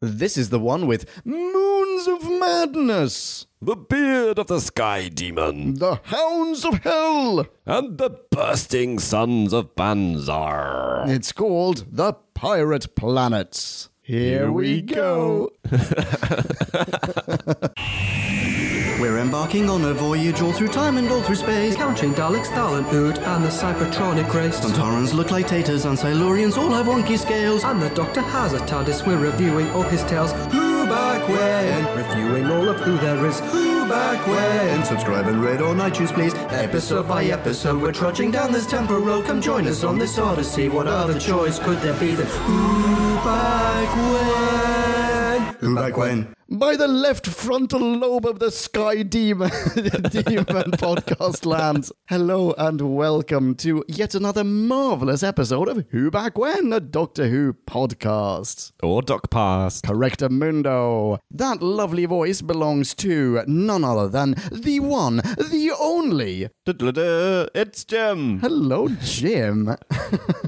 This is the one with Moons of Madness, The beard of the sky demon, The Hounds of Hell. and the bursting sons of Banzar. It's called The Pirate Planets. Here we go. We're embarking on a voyage all through time and all through space. Counting Daleks, Thalan, Ood, and the Cybertronic race. Santarans look like taters, and Silurians all have wonky scales. And the Doctor has a TARDIS. We're reviewing all his tales. Who back when? Reviewing all of who there is. Who back when? And subscribe and rate on iTunes, please. Episode by episode, we're trudging down this tempo road. Come join us on this odyssey. What other choice could there be than who back when? Who back when? By the left frontal lobe of the Sky Demon, Demon Podcast Land. Hello and welcome to yet another marvelous episode of Who Back When, a Doctor Who podcast. Or Doc Past. Correcto Mundo. That lovely voice belongs to none other than the one, the only. It's Jim. Hello, Jim.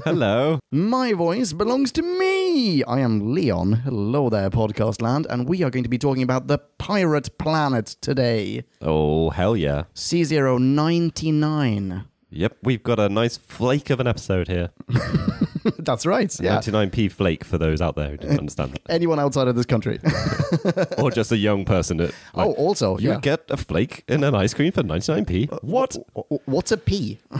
Hello. My voice belongs to me. I am Leon. Hello there, Podcast Land, and we are going to be talking about the Pirate Planet today. Oh, hell yeah. C099. Yep, we've got a nice flake of an episode here. That's right. Yeah. 99p flake for those out there who didn't understand that. Anyone outside of this country. Or just a young person. That, like, oh, also, you yeah. get a flake in an ice cream for 99p. What? W- What's a P?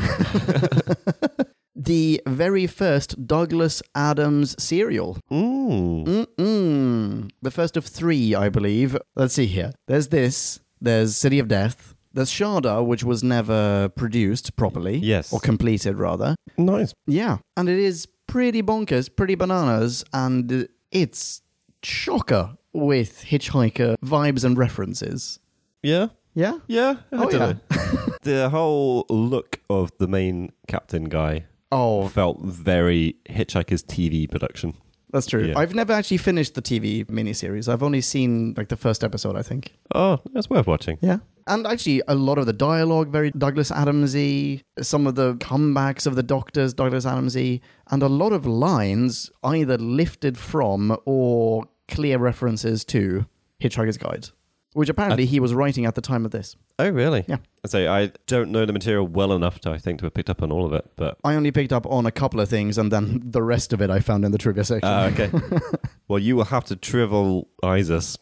the very first Douglas Adams serial. Mm-mm. The first of three, I believe. Let's see here. There's this, there's City of Death. There's Sharda, which was never produced properly. Yes. Or completed, rather. Nice. Yeah. And it is pretty bonkers, pretty bananas, and it's chocker with hitchhiker vibes and references. Yeah. Yeah? Yeah. I Oh, dunno. the whole look of the main captain guy Oh, felt very Hitchhiker's TV production. That's true. Yeah. I've never actually finished the TV miniseries. I've only seen like the first episode, I think. Oh, that's worth watching. Yeah. And actually, a lot of the dialogue very Douglas Adamsy. Some of the comebacks of the Doctors, Douglas Adamsy, and a lot of lines either lifted from or clear references to Hitchhiker's Guide, which apparently he was writing at the time of this. Oh, really? Yeah. So I don't know the material well enough to, I think, to have picked up on all of it, but. I only picked up on a couple of things, and then the rest of it I found in the trivia section. Ah, okay. well, you will have to trivialize us.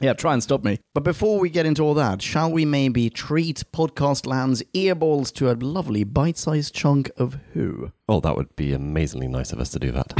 Yeah, try and stop me. But before we get into all that, shall we maybe treat Podcast Land's earballs to a lovely bite sized chunk of who? Oh, that would be amazingly nice of us to do that.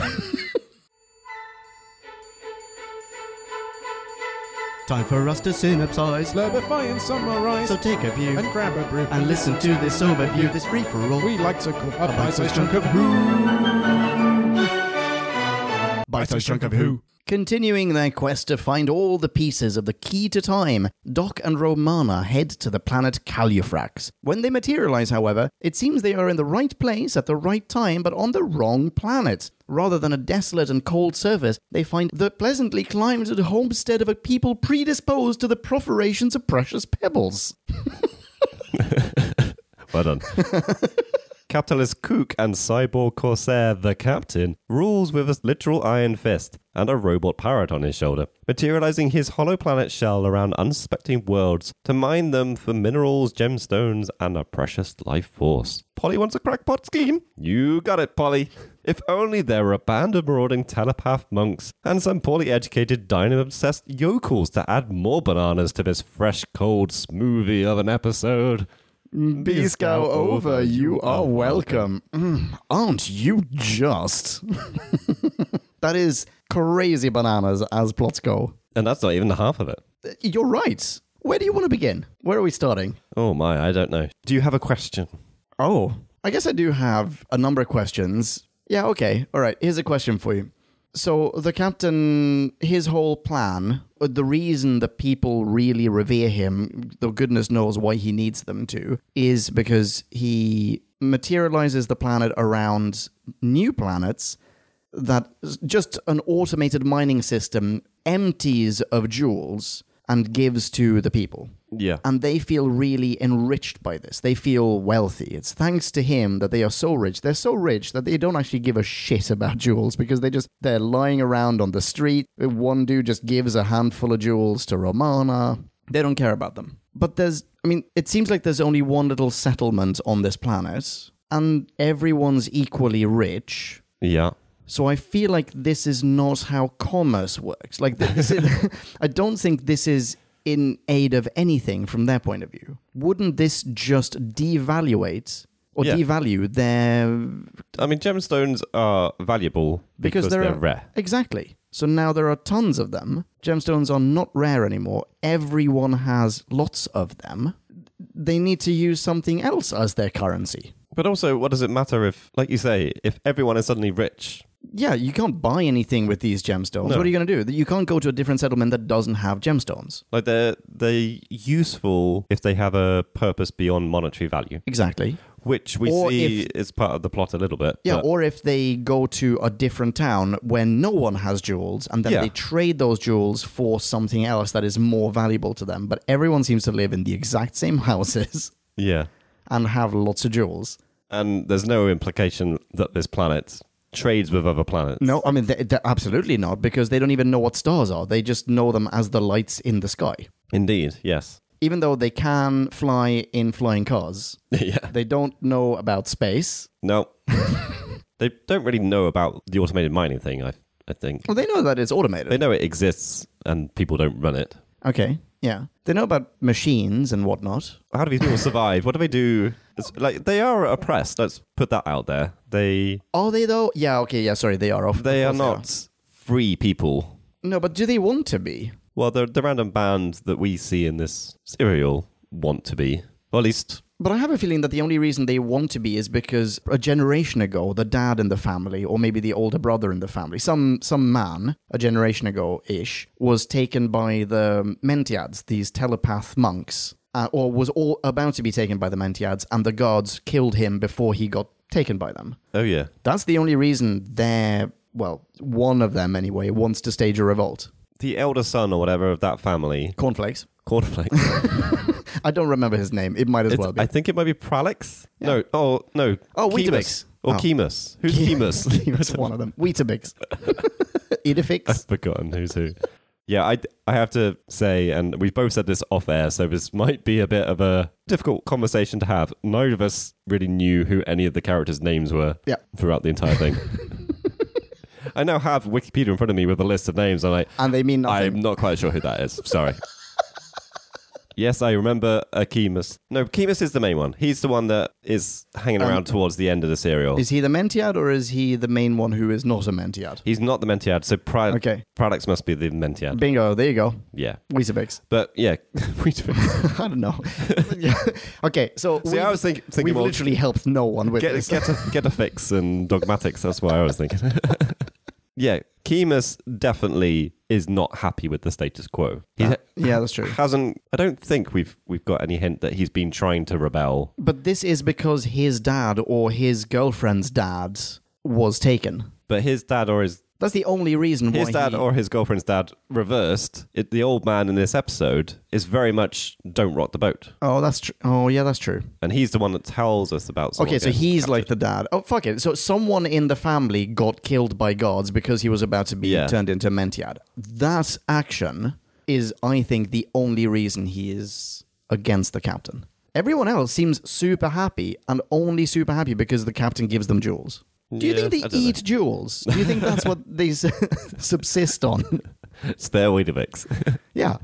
Time for us to synopsize, Clarify and summarize so take a view and grab a brew and listen to this overview, this free for all. We like to call a bite-sized chunk chunk of who. Bite sized chunk of who? Continuing their quest to find all the pieces of the key to time, Doc and Romana head to the planet Calufrax. When they materialize, however, it seems they are in the right place at the right time but on the wrong planet. Rather than a desolate and cold surface, they find the pleasantly climated homestead of a people predisposed to the proferations of precious pebbles. Well done. Capitalist kook and cyborg corsair the captain rules with a literal iron fist and a robot parrot on his shoulder, materializing his hollow planet shell around unsuspecting worlds to mine them for minerals, gemstones, and a precious life force. Polly wants a crackpot scheme? You got it, Polly. If only there were a band of marauding telepath monks and some poorly educated dynamo obsessed yokels to add more bananas to this fresh, cold smoothie of an episode. Beescow over, you are welcome. Mm, aren't you just? that is crazy bananas as plots go. And that's not even the half of it. You're right. Where do you want to begin? Where are we starting? Oh my, I don't know. Do you have a question? Oh. I guess I do have a number of questions. Yeah, okay. All right. Here's a question for you. So, the captain, his whole plan, uh, the reason that people really revere him, though goodness knows why he needs them to, is because he materializes the planet around new planets that s- just an automated mining system empties of jewels and gives to the people. Yeah. and they feel really enriched by this. They feel wealthy. It's thanks to him that they are so rich. They're so rich that they don't actually give a shit about jewels because they just they're lying around on the street. One dude just gives a handful of jewels to Romana. They don't care about them. But there's I mean, it seems like there's only one little settlement on this planet and everyone's equally rich. Yeah. So I feel like this is not how commerce works. Like this is, I don't think this is in aid of anything from their point of view. Wouldn't this just devaluate or Yeah. devalue their I mean, gemstones are valuable because, there they're are, rare. Exactly. So now there are tons of them. Gemstones are not rare anymore. Everyone has lots of them. They need to use something else as their currency. But also, what does it matter if, like you say, if everyone is suddenly rich? Yeah, you can't buy anything with these gemstones. No. What are you going to do? You can't go to a different settlement that doesn't have gemstones. Like they're they're useful if they have a purpose beyond monetary value, Exactly. which we Or see if- is part of the plot a little bit. Yeah, but- or if they go to a different town where no one has jewels and then Yeah. they trade those jewels for something else that is more valuable to them, but everyone seems to live in the exact same houses yeah. and have lots of jewels. And there's no implication that this planet trades with other planets. No, I mean, they, they're absolutely not because they don't even know what stars are. They just know them as the lights in the sky. Indeed, yes. Even though they can fly in flying cars, yeah. they don't know about space. No. they don't really know about the automated mining thing, I I think. Well, they know that it's automated. They know it exists and people don't run it. okay, yeah. They know about machines and whatnot. How do these people survive? What do they do? It's, like they are oppressed. Let's put that out there. They Are they though? Yeah, okay, yeah, sorry, they are off. they of are course not free people. No, but do they want to be? Well, the the random band that we see in this serial want to be, or at least But I have a feeling that the only reason they want to be is because a generation ago, the dad in the family, or maybe the older brother in the family, some some man a generation ago ish, was taken by the Mentiads, these telepath monks, uh, or was all about to be taken by the Mentiads, and the guards killed him before he got taken by them. oh yeah, That's the only reason they're well, one of them anyway wants to stage a revolt. the elder son or whatever of that family, Cornflakes. cornflakes. I don't remember his name. It might as It's- well be. I think it might be Pralix. No, oh no, Oh, Chemus. Weetabix. or Oh. Chemus. Who's Chemus? That's one of them. Weetabix. Idifix. I've forgotten who's who. Yeah, I, I have to say, and we've both said this off air, so this might be a bit of a difficult conversation to have. Neither of us really knew who any of the characters' names were Yeah. throughout the entire thing. I now have Wikipedia in front of me with a list of names. I'm like, And they mean nothing. I'm not quite sure who that is. Sorry. yes, I remember Akimus. No, Akimus is the main one. He's the one that is hanging Um, around towards the end of the serial. Is he the Mentiad or is he the main one who is not a Mentiad? He's not the Mentiad, so Pri- Okay. Pradix must be the Mentiad. Bingo, there you go. yeah. Weetabix. But yeah, we I don't know. Yeah. okay, so See, we've- I was think- thinking we've more- literally helped no one with get, this. get, a, get a fix and dogmatics. That's what I was thinking. yeah, Chemus definitely is not happy with the status quo. He yeah, that's true. hasn't. I don't think we've we've got any hint that he's been trying to rebel. But this is because his dad or his girlfriend's dad was taken. But his dad or his That's the only reason his why dad he- or his girlfriend's dad reversed. It, the old man in this episode is very much don't rock the boat, Oh, that's true. Oh, yeah, that's true. and he's the one that tells us about. someone Okay, so getting he's captured. like the dad. Oh, fuck it. So someone in the family got killed by guards because he was about to be Yeah. turned into a Mentiad. That action is, I think, the only reason he is against the captain. Everyone else seems super happy and only super happy because the captain gives them jewels. Do you Yeah, I think don't they eat jewels? Do you think that's what they s- subsist on? it's their way to fix. yeah.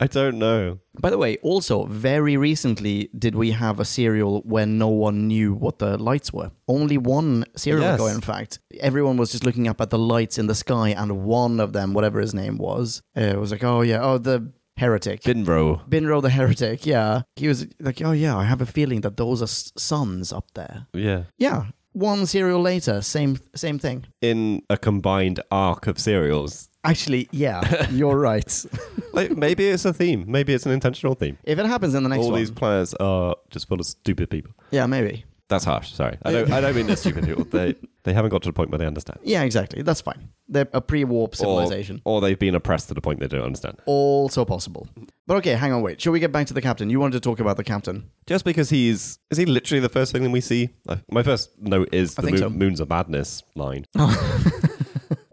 I don't know. By the way, also, very recently did we have a serial where no one knew what the lights were. Only one serial Yes. ago, in fact. Everyone was just looking up at the lights in the sky, and one of them, whatever his name was, uh, was like, oh, yeah, oh, the heretic. Binro. Binro the heretic, yeah. He was like, oh, yeah, I have a feeling that those are s- suns up there. Yeah. Yeah. One serial later, same same thing. In a combined arc of serials. Actually, yeah, you're right. Like maybe it's a theme. Maybe it's an intentional theme. If it happens in the next All one, these planets are just full of stupid people. yeah, maybe. That's harsh. Sorry, I don't. I don't mean they're stupid people. They they haven't got to the point where they understand. Yeah, exactly. That's fine. They're a pre warp Or- civilization. or they've been oppressed to the point they don't understand. also possible. But okay, hang on, wait. Shall we get back to the captain? You wanted to talk about the captain. Just because he's is he literally the first thing that we see? Uh, My first note is I the think so. moon, moons of madness line.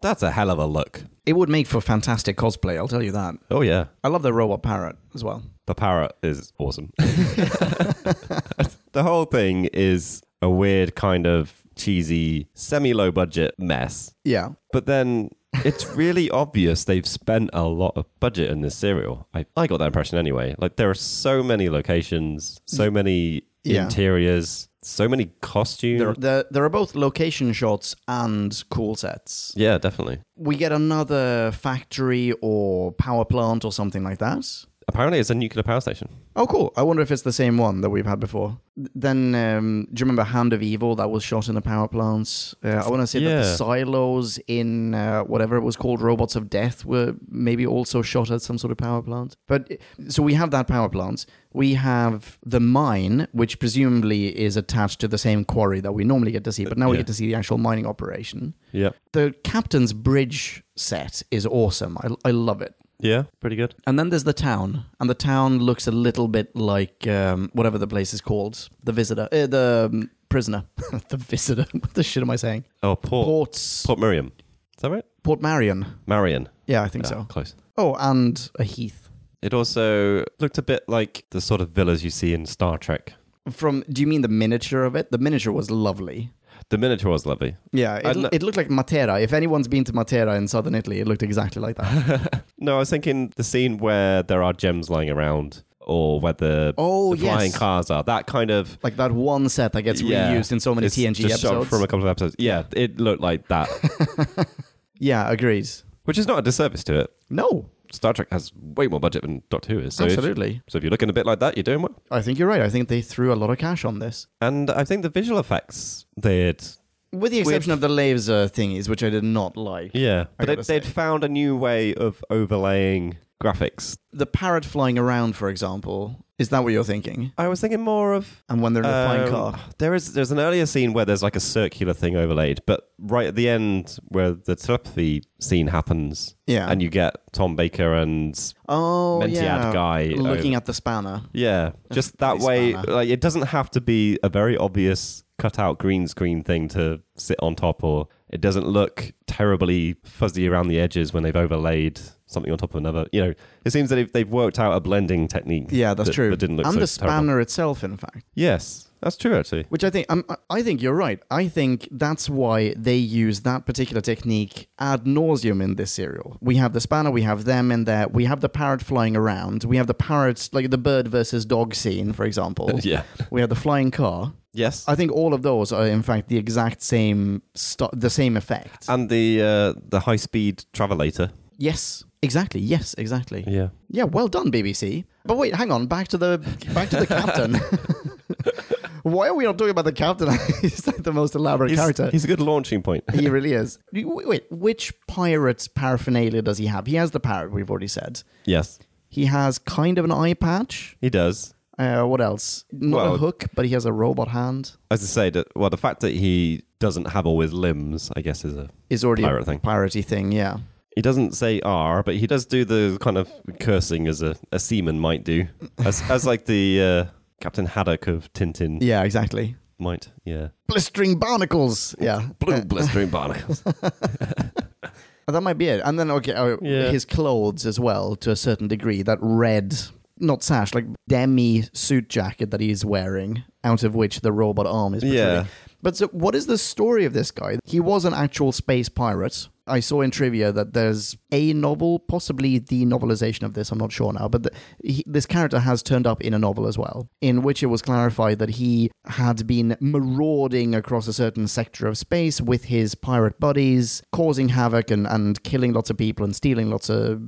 That's a hell of a look. It would make for fantastic cosplay, I'll tell you that. Oh yeah, I love the robot parrot as well. the parrot is awesome. the whole thing is a weird kind of cheesy, semi-low budget mess. Yeah. But then it's really obvious they've spent a lot of budget in this serial. I, I got that impression anyway. Like there are so many locations, so many Yeah. interiors, so many costumes. There, there, there are both location shots and cool sets. yeah, definitely. We get another factory or power plant or something like that. Apparently, it's a nuclear power station. Oh, cool. I wonder if it's the same one that we've had before. Th- Then, um, do you remember Hand of Evil that was shot in the power plants? Uh, I want to say that the Yeah. silos in uh, whatever it was called, Robots of Death, were maybe also shot at some sort of power plant. But uh, so we have that power plant. We have the mine, which presumably is attached to the same quarry that we normally get to see, but now we Yeah. get to see the actual mining operation. Yeah. The Captain's Bridge set is awesome. I, I love it. Yeah. Pretty good. And then there's the town, and the town looks a little bit like um, whatever the place is called, the visitor, uh, the um, prisoner, the visitor. what the shit am I saying? Oh, Port. Port, Ports, Miriam. Is that right? Port Marion. Marion. Yeah, I think Ah, so. Close. Oh, and a heath. It also looked a bit like the sort of villas you see in Star Trek. From do you mean the miniature of it? The miniature was lovely. The miniature was lovely. Yeah, I it, lo- it looked like Matera. If anyone's been to Matera in southern Italy, it looked exactly like that. No, I was thinking the scene where there are gems lying around or where the, Oh, the flying yes. cars are. That kind of. like that one set that gets yeah, reused in so many it's TNG just shot episodes. From a couple of episodes. Yeah, it looked like that, yeah, agreed. which is not a disservice to it. No, Star Trek has way more budget than Doctor Who is. So If, absolutely. so if you're looking a bit like that, you're doing well. I think you're right. I think they threw a lot of cash on this. And I think the visual effects they'd With the exception of the laser thingies, which I did not like. yeah, but gotta it, they'd say. found a new way of overlaying graphics. The parrot flying around, for example, is that what you're thinking? I was thinking more of And when they're in a flying um, car. There is there's an earlier scene where there's like a circular thing overlaid, but right at the end where the telepathy scene happens, Yeah. and you get Tom Baker and Oh, Mentead yeah. guy uh, Looking over- at the spanner. yeah, just that way. spanner. Like it doesn't have to be a very obvious cut out green screen thing to sit on top, or it doesn't look terribly fuzzy around the edges when they've overlaid something on top of another. You know, it seems that they've, they've worked out a blending technique. Yeah, that's that- true. That didn't look and so the terrible. spanner itself, in fact. Yes, that's true actually. Which I think, um, I- I think you're right. I think that's why they use that particular technique ad nauseum in this serial. We have the spanner, we have them in there, we have the parrot flying around, we have the parrots, like the bird versus dog scene, for example. Yeah. We have the flying car. Yes. I think all of those are, in fact, the exact same, stu- the same effect. And the uh, the high speed travelator. yes, exactly. Yes, exactly. Yeah. Yeah. well done, BBC. But wait, hang on. Back to the back to the captain. Why are we not talking about the captain? he's like the most elaborate He's, character. he's a good launching point. he really is. Wait, wait, which pirate paraphernalia does he have? He has the parrot. We've already said yes, he has kind of an eye patch. he does. Uh, what else? Not Well- a hook, but he has a robot hand. As I say, that well, the fact that he doesn't have all his limbs, I guess, is a. Is already a Pirate thing. piratey thing. Yeah. He doesn't say R, but he does do the kind of cursing as a, a seaman might do, as as like the uh, Captain Haddock of Tintin Yeah. Exactly. might. Yeah. blistering barnacles. Yeah, Blue blistering barnacles. that might be it. And then okay, oh, Yeah. his clothes as well to a certain degree. That red, not sash, like demi suit jacket that he's wearing, out of which the robot arm is. Protruding. Yeah. But so, what is the story of this guy? He was an actual space pirate. I saw in trivia that there's a novel, possibly the novelization of this. I'm not sure now, but the, he, this character has turned up in a novel as well, in which it was clarified that he had been marauding across a certain sector of space with his pirate buddies, causing havoc and, and killing lots of people and stealing lots of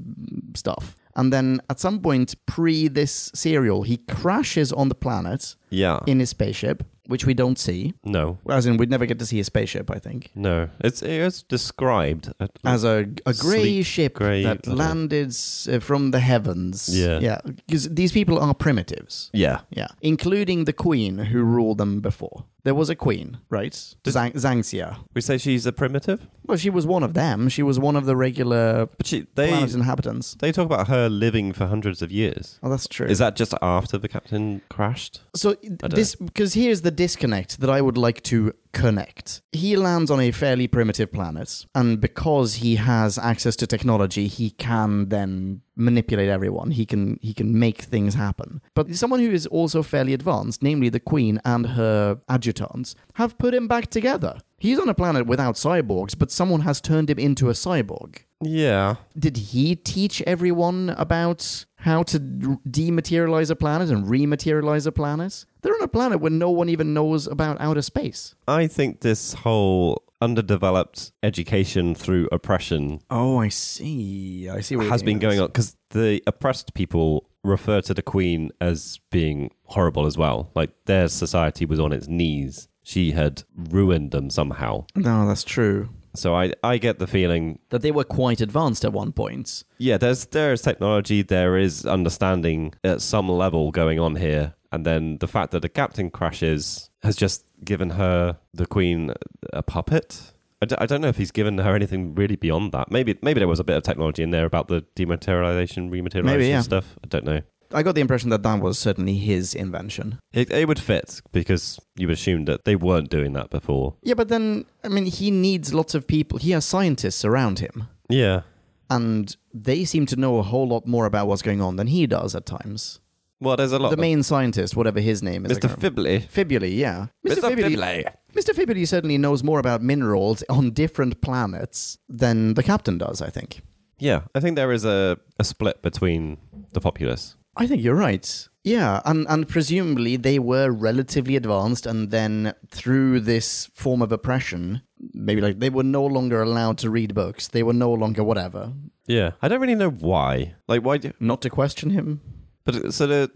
stuff. And then at some point pre this serial, he crashes on the planet yeah. in his spaceship, which we don't see. no. As in, we'd never get to see a spaceship, I think. No. It's it's described at- As a, a grey Sleek ship grey- that I don't know. landed uh, from the heavens. Yeah. Yeah. Because these people are primitives. yeah. Yeah. Including the queen who ruled them before. there was a queen, right? Zang- Zangxia. We say she's a primitive, Well, she was one of them. She was one of the regular but she they planet inhabitants. they talk about her living for hundreds of years. Oh, that's true. Is that just after the captain crashed? So this because here's the disconnect that I would like to connect. He lands on a fairly primitive planet, and because he has access to technology, he can then manipulate everyone. He can he can make things happen. But someone who is also fairly advanced, namely the Queen and her adjutants, have put him back together. He's on a planet without cyborgs, but someone has turned him into a cyborg Yeah, did he teach everyone about how to d- dematerialize a planet and rematerialize a planet? They're on a planet where no one even knows about outer space. I think this whole underdeveloped education through oppression Oh, I see. I see has been going on because the oppressed people refer to the queen as being horrible as well. Like their society was on its knees. She had ruined them somehow. No, that's true. So I, I get the feeling, That they were quite advanced at one point. yeah, there's there is technology, there is understanding at some level going on here, and then the fact that the captain crashes has just given her the queen a puppet. I d- I don't know if he's given her anything really beyond that. Maybe maybe there was a bit of technology in there about the dematerialization, rematerialization Maybe, yeah. stuff. I don't know. I got the impression that that was certainly his invention. It, it would fit because you would assume that they weren't doing that before. Yeah, but then, I mean, he needs lots of people. He has scientists around him, Yeah. and they seem to know a whole lot more about what's going on than he does at times. Well, there's a lot. The of- main scientist, whatever his name is. I Mr. can't remember. Fibley. Fibuli, yeah. Mr. Fibuli- Fibley. Mr. Fibuli certainly knows more about minerals on different planets than the captain does, I think. Yeah, I think there is a, a split between the populace. I think you're right. Yeah, and, and presumably they were relatively advanced, and then through this form of oppression, maybe like they were no longer allowed to read books, they were no longer whatever. Yeah, I don't really know why. Like, why? Do, Not to question him. but so the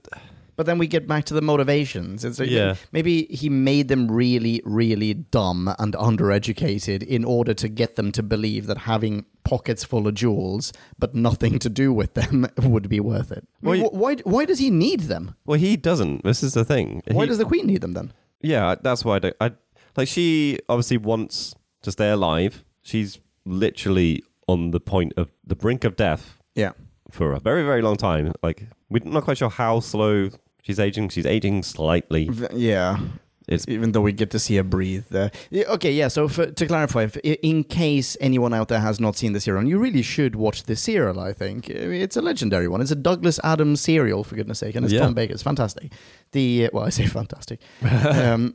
But then we get back to the motivations. It's like Yeah. maybe he made them really, really dumb and undereducated in order to get them to believe that having pockets full of jewels but nothing to do with them would be worth it. I mean, Well, wh- why? Why does he need them? well, he doesn't. This is the thing. Why He- does the queen need them then? Yeah, that's why I don't. I like she obviously wants to stay alive. She's literally on the point of the brink of death Yeah. for a very very long time. Like we're not quite sure how slow she's aging. She's aging slightly. Yeah. It's Even though we get to see her breathe there. Yeah, Okay, yeah, so for, to clarify, if, in case anyone out there has not seen the serial, and you really should watch the serial, I think. It's a legendary one. It's a Douglas Adams serial, for goodness sake, and it's Yeah. Tom Baker. It's fantastic. The, uh, well, I say fantastic. um,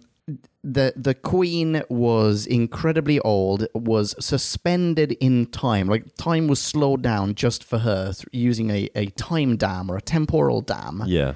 the, the queen was incredibly old, was suspended in time. Like, time was slowed down just for her th- using a, a time dam or a temporal dam. yeah.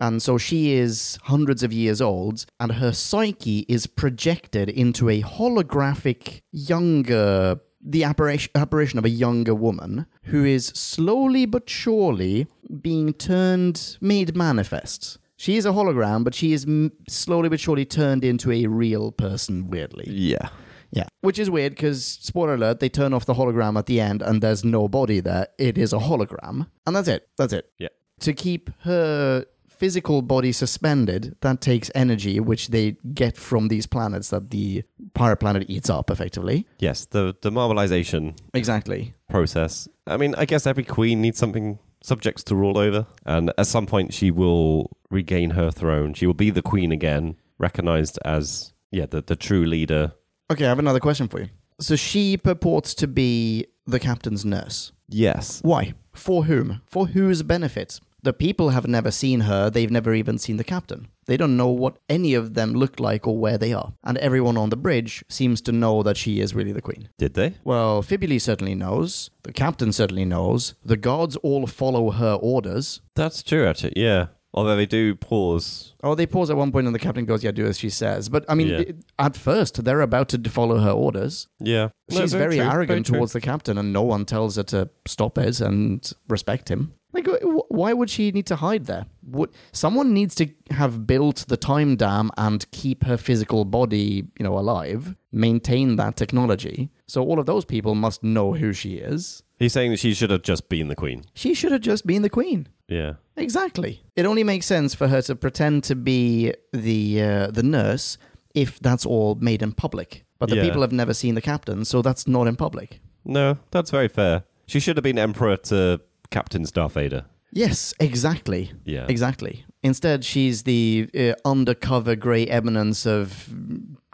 And so she is hundreds of years old, and her psyche is projected into a holographic younger, the apparition, apparition of a younger woman who is slowly but surely being turned, made manifest. She is a hologram, but she is m- slowly but surely turned into a real person, weirdly. Yeah. Yeah. Which is weird because, spoiler alert, they turn off the hologram at the end and there's no body there. It is a hologram. And that's it. That's it Yeah. to keep her physical body suspended, that takes energy, which they get from these planets that the pirate planet eats up, effectively. Yes, the the marbleization Exactly. process. I mean, I guess every queen needs something subjects to rule over, and at some point she will regain her throne. She will be the queen again, recognized as yeah the the true leader. Okay, I have another question for you. So she purports to be the captain's nurse. Yes, Why? For whom? For whose benefit? The people have never seen her, they've never even seen the captain. They don't know what any of them look like or where they are. And everyone on the bridge seems to know that she is really the queen. did they? Well, Fibuli certainly knows. The captain certainly knows. The guards all follow her orders. That's true, actually. Yeah, although they do pause. Oh, they pause at one point and the captain goes, Yeah, do as she says. But I mean, Yeah. it- at first, they're about to d- follow her orders. Yeah, No, She's very true, arrogant very true. towards the captain, and no one tells her to stop it and respect him. Like, wh- why would she need to hide there? Would, someone needs to have built the time dam and keep her physical body, you know, alive, maintain that technology. So all of those people must know who she is. He's saying that she should have just been the queen. She should have just been the queen. Yeah, Exactly. It only makes sense for her to pretend to be the uh, the nurse if that's all made in public. But the Yeah. people have never seen the captain, so that's not in public. No, that's very fair. She should have been emperor to Captain Starfader. Yes, exactly. Yeah. Exactly. Instead, she's the uh, undercover grey eminence of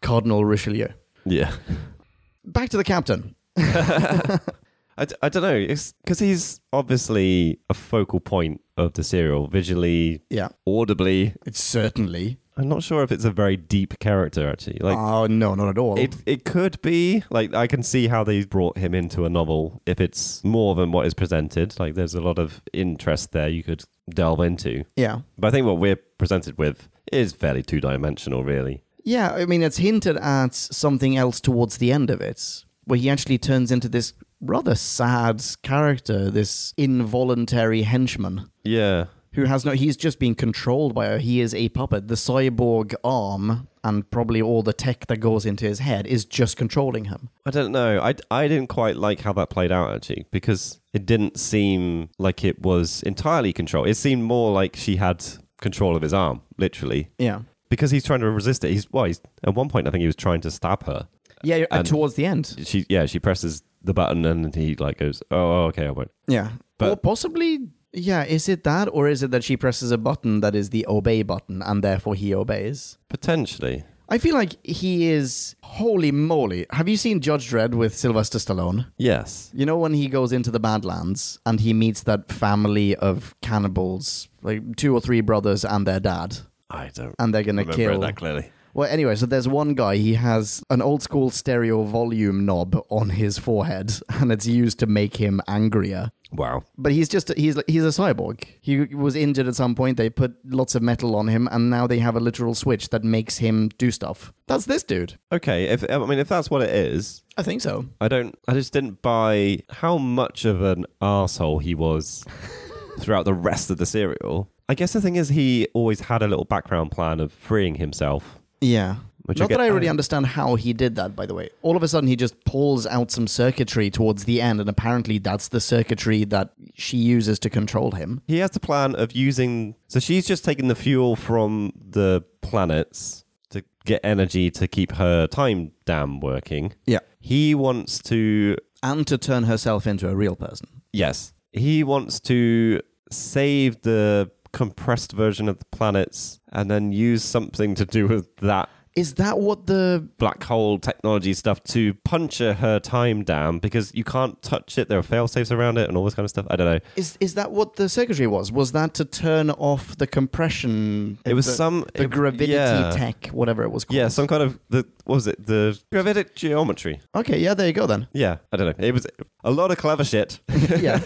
Cardinal Richelieu. Yeah. Back to the captain. I, d- I don't know. It's because he's obviously a focal point of the serial, visually, Yeah. audibly. It's certainly. I'm not sure if it's a very deep character, actually. Like, oh, no, not at all. It it could be like I can see how they brought him into a novel if it's more than what is presented. Like there's a lot of interest there you could delve into. yeah. But I think what we're presented with is fairly two dimensional, really. Yeah, I mean, it's hinted at something else towards the end of it, where he actually turns into this rather sad character, this involuntary henchman Yeah, who has no, he's just being controlled by her. He is a puppet. The cyborg arm and probably all the tech that goes into his head is just controlling him. I don't know. I I didn't quite like how that played out actually because it didn't seem like it was entirely control. It seemed more like she had control of his arm, literally, Yeah. Because because he's trying to resist it. He's well, he's, at one point I think he was trying to stab her. yeah, uh, And- towards the end. she yeah she presses the button and he like goes oh okay I won't Yeah. But- or possibly, yeah, is it that, or is it that she presses a button that is the obey button, and therefore he obeys? potentially I feel like he is holy moly. Have you seen Judge Dredd with Sylvester Stallone? yes You know when he goes into the Badlands and he meets that family of cannibals, like two or three brothers and their dad, I don't and they're gonna remember kill. that clearly Well, anyway, so there's one guy. He has an old school stereo volume knob on his forehead, and it's used to make him angrier. wow But he's just he's he's a cyborg. He was injured at some point. They put lots of metal on him, and now they have a literal switch that makes him do stuff. That's this dude. okay if I mean if that's what it is I think so. I don't I just didn't buy how much of an asshole he was throughout the rest of the serial I guess the thing is he always had a little background plan of freeing himself Yeah. Which I Not get- that I really I- understand how he did that, by the way. All of a sudden, he just pulls out some circuitry towards the end, and apparently that's the circuitry that she uses to control him. he has the plan of using so she's just taking the fuel from the planets to get energy to keep her time dam working Yeah. He wants to, And to turn herself into a real person. yes, he wants to save the compressed version of the planets and then use something to do with that Is that what the. black hole technology stuff to puncture her time dam because you can't touch it. There are fail safes around it and all this kind of stuff. I don't know. Is, is that what the circuitry was? Was that to turn off the compression? It was the, some the it- gravidity yeah. tech, whatever it was called. Yeah, some kind of the what was it the gravitic geometry? Okay, yeah, there you go then. Yeah, I don't know. It was a lot of clever shit. yeah.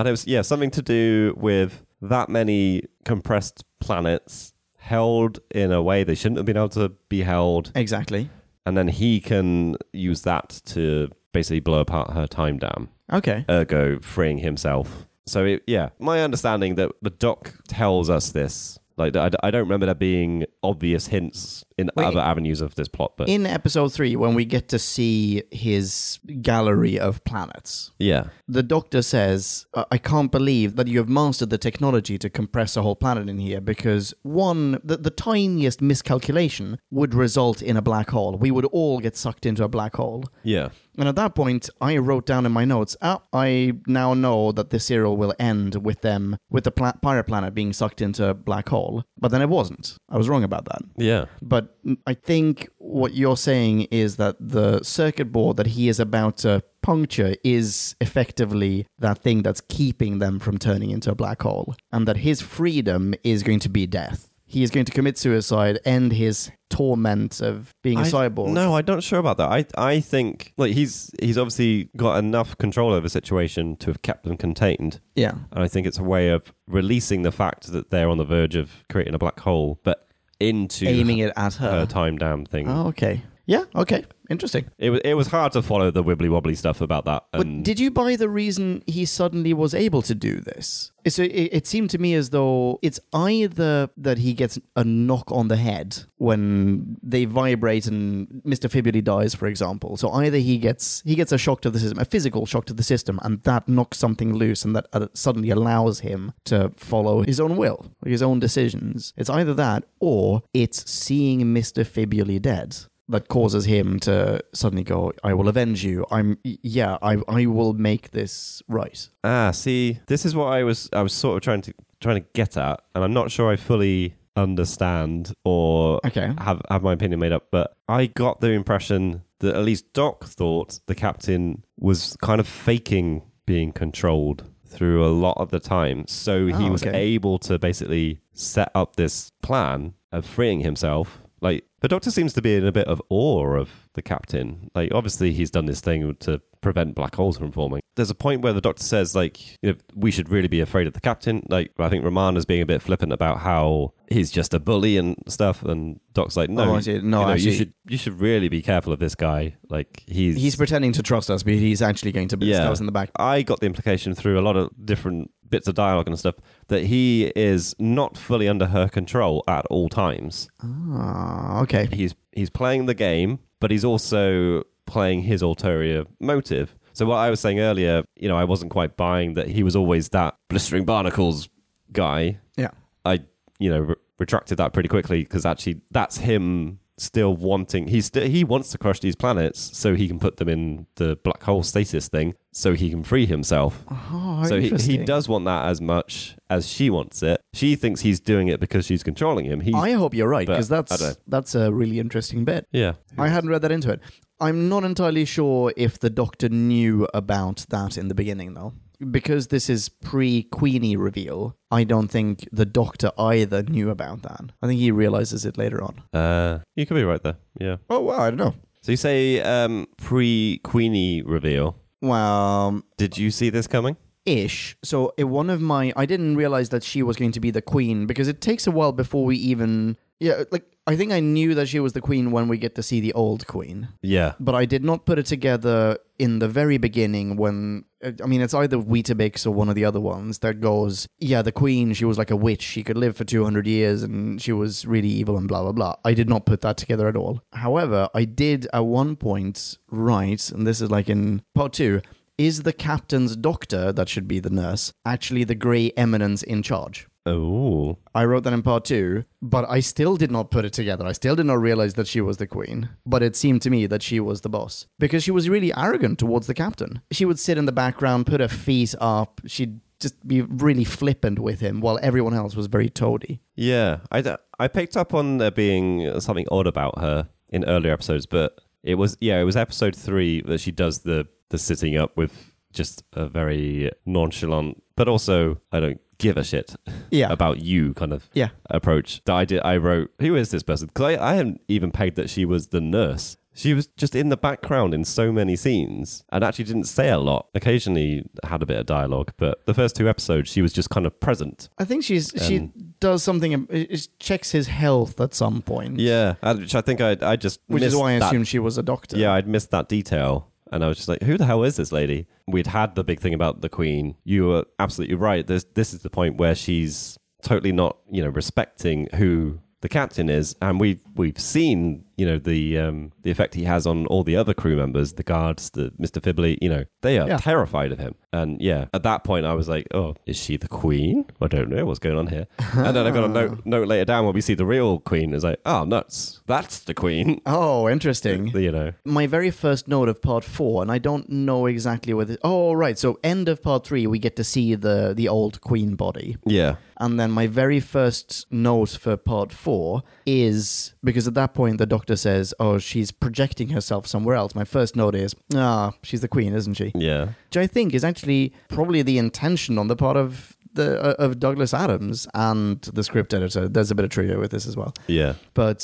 And it was, yeah, something to do with that many compressed planets held in a way they shouldn't have been able to be held. Exactly. And then he can use that to basically blow apart her time dam, Okay. ergo freeing himself. So, it, yeah, my understanding that the doc tells us this. Like, I, I don't remember there being obvious hints in Wait, other avenues of this plot, but In episode three, when we get to see his gallery of planets, yeah. the doctor says, "I I can't believe that you have mastered the technology to compress a whole planet in here because one, the, the tiniest miscalculation would result in a black hole. We would all get sucked into a black hole. Yeah. And at that point, I wrote down in my notes, ah, I now know that this serial will end with them, with the pla- pirate planet being sucked into a black hole. But then it wasn't. I was wrong about that. Yeah. But I think what you're saying is that the circuit board that he is about to puncture is effectively that thing that's keeping them from turning into a black hole, and that his freedom is going to be death. He is going to commit suicide, end his torment of being a I- cyborg. No, I'm not sure about that. I I think like he's he's obviously got enough control over the situation to have kept them contained. Yeah. And I think it's a way of releasing the fact that they're on the verge of creating a black hole, but into Aiming it at her her. time dam thing. Oh, okay. Yeah. Okay. Interesting. It was it was hard to follow the wibbly wobbly stuff about that. But And did you buy the reason he suddenly was able to do this? So it, it seemed to me as though it's either that he gets a knock on the head when they vibrate and Mr. Fibuli dies, for example. So either he gets he gets a shock to the system, a physical shock to the system, and that knocks something loose, and that uh, suddenly allows him to follow his own will, his own decisions. It's either that or it's seeing Mr. Fibuli dead that causes him to suddenly go, I will avenge you. I'm, yeah, I, I will make this right. ah, see, this is what I was I was sort of trying to trying to get at, and I'm not sure I fully understand or Okay. have have my opinion made up. But I got the impression that at least Doc thought the captain was kind of faking being controlled through a lot of the time, so he Oh, was okay. able to basically set up this plan of freeing himself. Like the doctor seems to be in a bit of awe of the captain. Like obviously he's done this thing to prevent black holes from forming. There's a point where the doctor says like you know, we should really be afraid of the captain. Like I think Romana's being a bit flippant about how he's just a bully and stuff and Doc's like no Oh, I see. No, you, know, you actually- should you should really be careful of this guy. Like he's He's pretending to trust us, but he's actually going to be Yeah. in the back. I got the implication through a lot of different bits of dialogue and stuff that he is not fully under her control at all times. Ah, okay. He's he's playing the game, but he's also playing his ulterior motive. So what I was saying earlier, you know, I wasn't quite buying that he was always that blistering barnacles guy. Yeah. I you know re- retracted that pretty quickly because actually that's him still wanting he's st- he wants to crush these planets so he can put them in the black hole stasis thing so he can free himself Oh, so he, he interesting. does want that as much as she wants it she thinks he's doing it because she's controlling him he's I hope you're right, but because I don't that's, that's a really interesting bit. yeah I hadn't read that into it. I'm not entirely sure if the Doctor knew about that in the beginning, though. Because this is pre Queenie reveal, I don't think the Doctor either knew about that. I think he realizes it later on. uh you could be right there yeah Oh, wow, I don't know. so you say um pre queenie reveal Well, did you see this coming ish. So it, one of my, I didn't realize that she was going to be the queen because it takes a while before we even, yeah, like I think I knew that she was the queen when we get to see the old queen, yeah but I did not put it together in the very beginning when. I mean, it's either Weetabix or one of the other ones that goes, yeah, the queen, she was like a witch. She could live for 200 years and she was really evil and blah, blah, blah. I did not put that together at all. However, I did at one point write, and this is like in part two is the captain's doctor, that should be the nurse, actually the grey eminence in charge? oh I wrote that in part two, but I still did not put it together. I still did not realize that she was the queen, but it seemed to me that she was the boss because she was really arrogant towards the captain. She would sit in the background, put her feet up. She'd just be really flippant with him while everyone else was very toady. Yeah, I, d- I picked up on there being something odd about her in earlier episodes, but it was yeah, it was episode three that she does the the sitting up with just a very nonchalant, but also I don't give a shit Yeah. about you kind of Yeah. approach that I did. I wrote who is this person because I I hadn't even pegged that she was the nurse. She was just in the background in so many scenes and actually didn't say a lot. Occasionally had a bit of dialogue, but the first two episodes she was just kind of present. I think she's she does something, uh, it checks his health at some point. Yeah, I- which I think I I just Which is missed why I that. assumed she was a doctor. Yeah, I'd missed that detail, and I was just like, "Who the hell is this lady?" We'd had the big thing about the queen. You were absolutely right. This this is the point where she's totally not you know respecting who the captain is, and we we've seen you know the um, the effect he has on all the other crew members, the guards, the Mister Fibley. You know they are Yeah. terrified of him, and yeah, at that point I was like, "Oh, is she the queen?" I don't know what's going on here, and then I got a note note later down where we see the real queen is like, "Oh, nuts! That's the queen." Oh, interesting. You know. my very first note of part four, and I don't know exactly where this. Oh, right. So end of part three, we get to see the the old queen body, Yeah. and then my very first note for part four is because at that point the doctor says, "Oh, she's projecting herself somewhere else." My first note is, "Ah, she's the queen, isn't she?" Yeah. Which I think is actually probably the intention on the part of. The, uh, of Douglas Adams and the script editor. There's a bit of trivia with this as well Yeah. but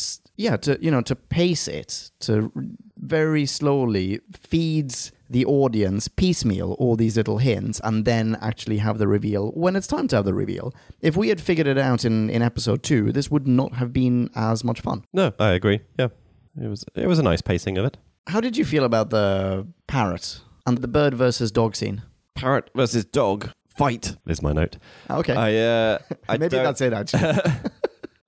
yeah to you know to pace it to very slowly feeds the audience piecemeal all these little hints and then actually have the reveal when it's time to have the reveal if we had figured it out in in episode 2 this would not have been as much fun No, I agree. Yeah. It was it was a nice pacing of it. How did you feel about the parrot and the bird versus dog scene? Parrot versus dog fight is my note. Ah, Okay. I uh, I Maybe don't- that's it, actually.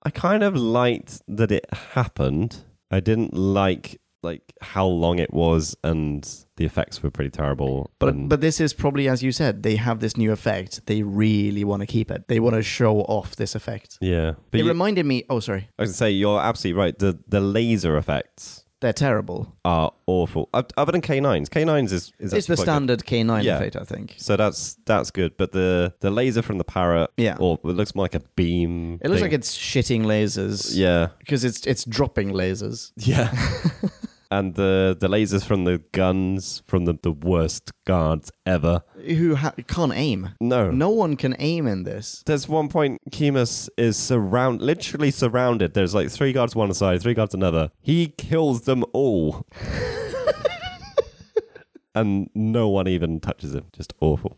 I kind of liked that it happened. I didn't like like how long it was, and the effects were pretty terrible. But, and- but this is probably, as you said, they have this new effect. They really want to keep it. They want to show off this effect. yeah, but it you- reminded me. Oh, sorry. I was gonna say you're absolutely right. The the laser effects They're terrible. are awful. O- Other than K9s, K9s is It's is actually the quite good. standard K9 Yeah. effect, I think. So that's that's good. But the the laser from the parrot, Yeah. or it looks more like a beam. It looks thing. like it's shitting lasers. yeah, Because it's, it's dropping lasers. yeah. and the the lasers from the guns from the the worst guards ever. Who ha- can't aim. No, No one can aim in this. There's one point Chemus is surround, literally surrounded. There's like three guards one side, three guards another. He kills them all, and no one even touches him. Just awful.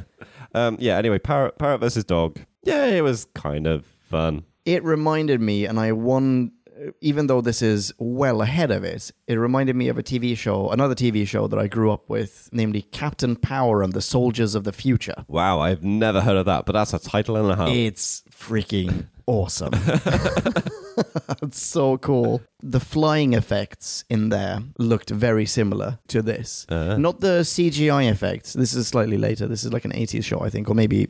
um, yeah. Anyway, parrot, parrot versus dog. Yeah, it was kind of fun. It reminded me, and I won, uh, even though this is well ahead of it, it reminded me of a TV show, another TV show that I grew up with, namely Captain Power and the Soldiers of the Future. Wow, I've never heard of that, but that's a title and a Oh. half. It's freaking awesome. it's so cool. The flying effects in there looked very similar to this. Not the CGI effects. This is slightly later. This is like an 80s show, I think, or maybe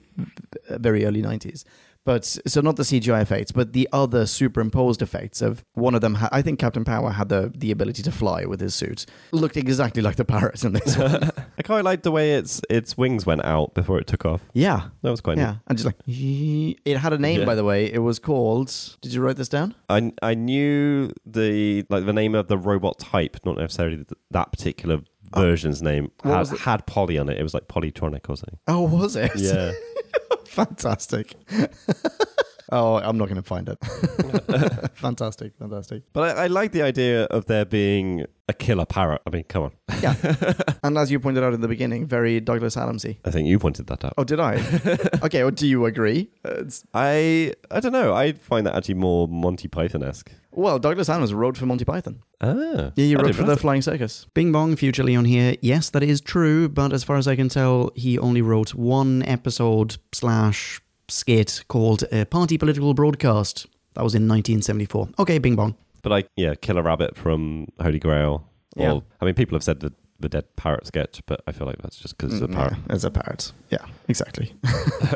uh, very early 90s. But so not the CGI effects, but the other superimposed effects of one of them. Ha- I think Captain Power had the, the ability to fly with his suit. Looked exactly like the parrots in this one. I quite like the way its its wings went out before it took off. Yeah. That was quite. neat. Yeah. And just like, it had a name, Yeah. by the way. It was called, did you write this down? I I knew the like the name of the robot type, not necessarily th- that particular version's name. Oh. what Had, was it? had Polly on it. It was like Polytronic or something. Oh, was it? Yeah, fantastic. oh, I'm not going to find it. fantastic, fantastic. but I, I like the idea of there being a killer parrot. I mean, come on. Yeah. and as you pointed out in the beginning, very Douglas Adamsy. I think you pointed that out. Oh, did I? okay, well, do you agree? Uh, it's, I I don't know. I find that actually more Monty Python esque. well, Douglas Adams wrote for Monty Python. Ah, Yeah, you I wrote didn't for the realize Flying Circus. Bing Bong, Future Leon here. Yes, that is true, but as far as I can tell, he only wrote one episode slash skit called uh, Party Political Broadcast. That was in 1974. Okay, Bing Bong. that. But I yeah, Killer Rabbit from Holy Grail. Yeah. Or I mean, people have said the the dead parrot sketch, but I feel like that's just because it's a parrot. Mm, Yeah, as a parrot. Yeah, exactly.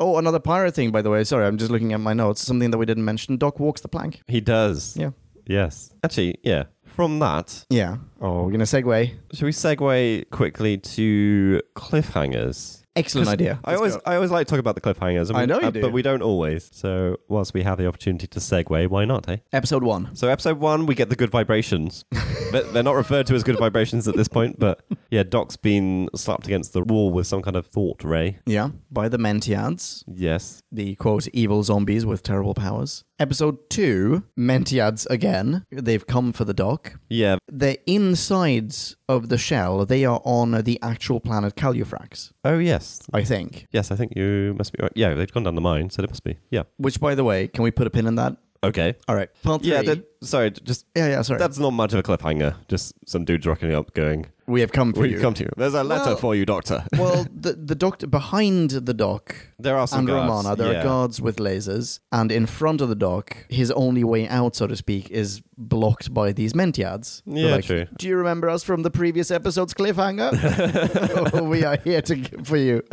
oh, another pirate thing, by the way. Sorry, I'm just looking at my notes. Something that we didn't mention. Doc walks the plank. He does. Yeah. Yes. Actually, yeah. From that, Yeah. Oh, we're going to segue. Should we segue quickly to cliffhangers? Excellent idea. I Let's always, go. I always like talking about the cliffhangers. and I we- know you uh, do. but we don't always. So whilst we have the opportunity to segue, why not? Hey. Episode one. So episode one, we get the good vibrations. They- They're not referred to as good vibrations at this point, but yeah, Doc's been slapped against the wall with some kind of thought ray. Yeah. By the Mentiads, Yes. the quote, evil zombies with terrible powers. Episode two, Mentiads again. They've come for the doc. Yeah. The insides of the shell, they are on the actual planet Calufrax, Oh yes. I think. Yes, I think you must be right. Yeah, they've gone down the mine, so they must be. Yeah. Which, by the way, can we put a pin in that? Okay. All right. Part Yeah. three. That, sorry. Just yeah, yeah, sorry. that's not much of a cliffhanger. Just some dudes rocking up, going, we have come for "We've you. come to you. There's a letter Well- for you, Doctor." well, the the doctor behind the dock There are some and guards. Romana, there yeah. are guards with lasers, and in front of the dock, his only way out, so to speak, is blocked by these mentiads. They're Yeah, true. Do you remember us from the previous episode's cliffhanger? we are here to g- for you.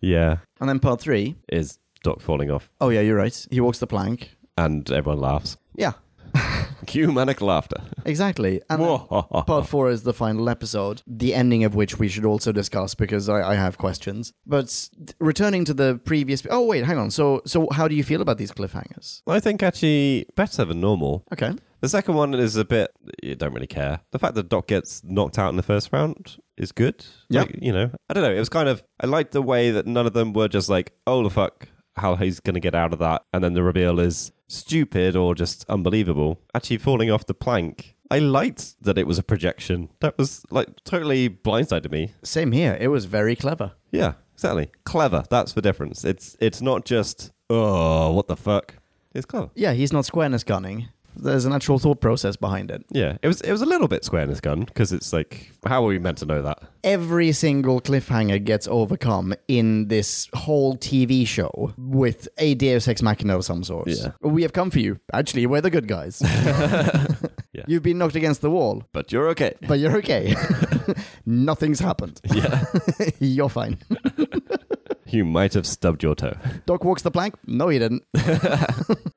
Yeah, And then part three. is Doc falling off, Oh yeah, you're right. He walks the plank. and everyone laughs. Yeah, Cue manic laughter. exactly. And Part four is the final episode, the ending of which we should also discuss because I, I have questions. But th- returning to the previous, oh wait, hang on. So, so how do you feel about these cliffhangers? I think actually better than normal. Okay, The second one is a bit you don't really care. The fact that Doc gets knocked out in the first round is good. Yeah. Like, you know, I don't know. It was kind of I liked the way that none of them were just like, oh the fuck, how he's gonna get out of that, and then the reveal is stupid or just unbelievable. Actually falling off the plank. I liked that it was a projection. That was like totally blindsided me. same here. It was very clever. Yeah, exactly. Clever. That's the difference. It's it's not just oh what the fuck. It's clever. Yeah, he's not squareness gunning. There's an actual thought process behind it. Yeah, it was it was a little bit squareness gun because it's like, how are we meant to know that? every single cliffhanger gets overcome in this whole TV show with a Deus Ex Machina of some sort. Yeah. We have come for you. Actually, we're the good guys. Yeah. You've been knocked against the wall, But you're okay. but you're okay. Nothing's happened. Yeah, You're fine. you might have stubbed your toe. Doc walks the plank. No, he didn't.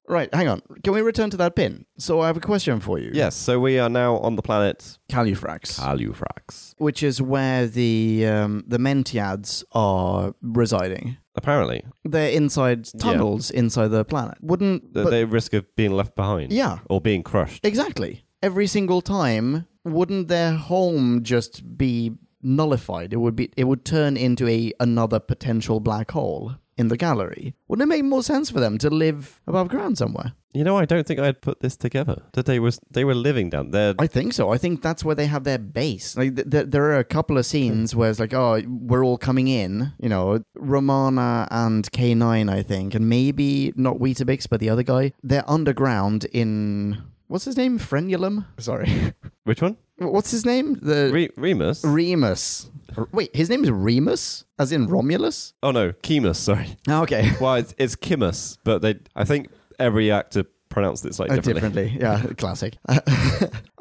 right, hang on. Can we return to that pin? So I have a question for you. Yes, so we are now on the planet Calufrax. Alufrax. which is where the um, the Mentiads are residing. Apparently, They're inside tunnels inside the planet. Wouldn't Th- but- they risk of being left behind. Yeah. or being crushed. Exactly. Every single time, wouldn't their home just be nullified? It would be. It would turn into a another potential black hole in the gallery. Wouldn't it make more sense for them to live above ground somewhere? You know, I don't think I'd put this together. That they was they were living down there. I think so. I think that's where they have their base. Like th- th- there are a couple of scenes where it's like, oh, we're all coming in. You know, Romana and K Nine, I think, and maybe not Weetabix, but the other guy. They're underground in what's his name, Frenulum. Sorry, Which one? what's his name? The Re- Remus. Remus. R- Wait, his name is Remus, as in Romulus. oh no, Chemus. Sorry. Oh, okay, Well, it's, it's Chimus, but they. I think every actor pronounced it slightly Uh, differently. differently. Yeah, classic.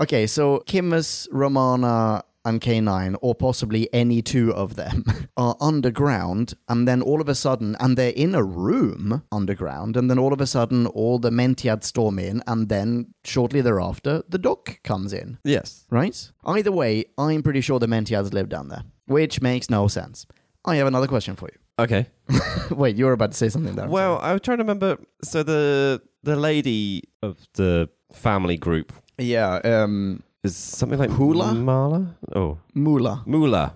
okay, so Kimus, Romana, and K9, or possibly any two of them, are underground, and then all of a sudden, and they're in a room underground, and then all of a sudden, all the Mentiad storm in, and then shortly thereafter, the Doc comes in. Yes. Right? Either way, I'm pretty sure the Mentiads live down there, which makes no sense. I have another question for you. Okay. Wait, you were about to say something there. Well, I was trying to remember. So the the lady of the family group yeah, um, is something like Hula? Mala. Oh, Mula. Mula.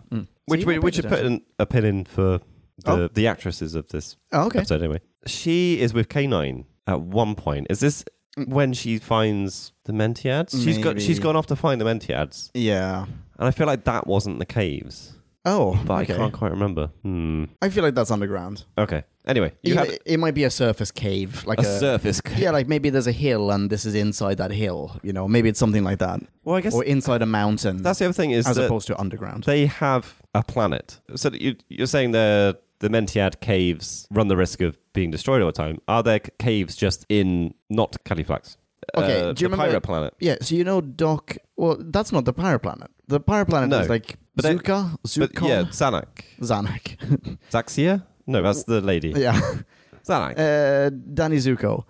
Hmm. Which See, we I we paid should put attention. in, a pin in for the Oh. the actresses of this Oh, okay. episode. Anyway, she is with K9 at one point. Is this Mm. when she finds the Mentiads? She's got she's Maybe. gone off to find the Mentiads, Yeah. and I feel like that wasn't the caves, Oh, but okay. I can't quite remember. Hmm. I feel like that's underground. Okay. Anyway, you It, had it might be a surface cave, like a a, surface. cave. yeah, like maybe there's a hill and this is inside that hill. You know, maybe it's something like that, Well, I guess or inside a mountain, that's the other thing is as that opposed to underground. they have a planet. So that you, you're saying the the Mentiad caves run the risk of being destroyed all the time. Are there c- caves just in not Califlax? Okay, uh, do you the remember- pirate planet? yeah, so you know, Doc. Well, that's not the pirate planet. The pirate planet No, is like but they- Zuka, But Zukon, yeah, Zanak, Zanak. Zaxia. No, that's the lady. yeah. Zanak. Uh, Danny Zuko.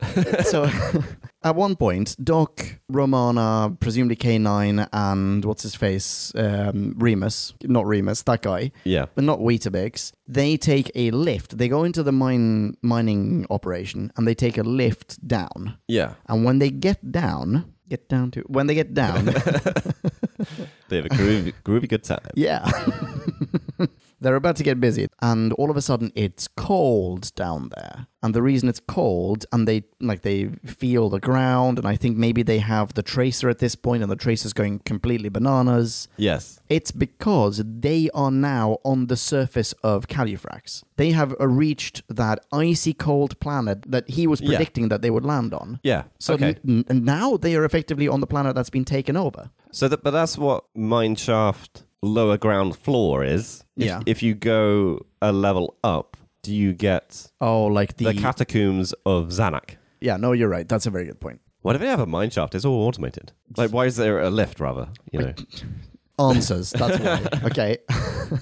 so at one point, Doc, Romana, presumably K9, and what's his face? Um, Remus. Not Remus, that guy. yeah. But not Weetabix. They take a lift. They go into the mine mining operation and they take a lift down. Yeah. And when they get down, get down to when they get down, They have a groovy, groovy good time. yeah. They're about to get busy, and all of a sudden it's cold down there. And the reason it's cold, and they like they feel the ground, and I think maybe they have the tracer at this point, and the tracer's going completely bananas. Yes. It's because they are now on the surface of Califrax. They have uh, reached that icy cold planet that he was Yeah. predicting that they would land on. Yeah. So okay. n- n- now they are effectively on the planet that's been taken over. So that, but that's what mineshaft lower ground floor is. If, Yeah. If you go a level up, do you get Oh, like the, the catacombs of Zanak? yeah. No, you're right. That's a very good point. Why do they have a mine shaft? It's all automated. Like, why is there a lift rather? You know, Answers. That's why. okay.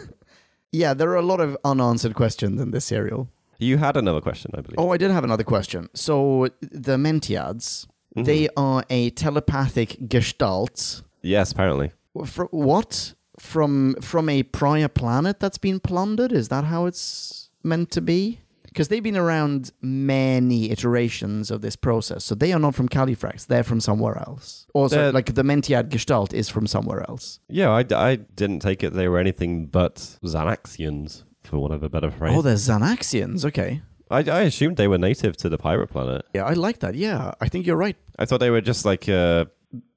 yeah, there are a lot of unanswered questions in this serial. you had another question, I believe. Oh, I did have another question. So the Mentiads, Mm-hmm. they are a telepathic gestalt. Yes, apparently. Fr what from from a prior planet that's been plundered? Is that how it's meant to be? Because they've been around many iterations of this process, so they are not from Califrax. They're from somewhere else. Or so, They're- like the Mentiad Gestalt is from somewhere else. Yeah, I, I didn't take it they were anything but Xanaxians, for want of a better phrase. Oh, they're Xanaxians. Okay, I, I assumed they were native to the pirate planet. yeah, I like that. Yeah, I think you're right. I thought they were just like a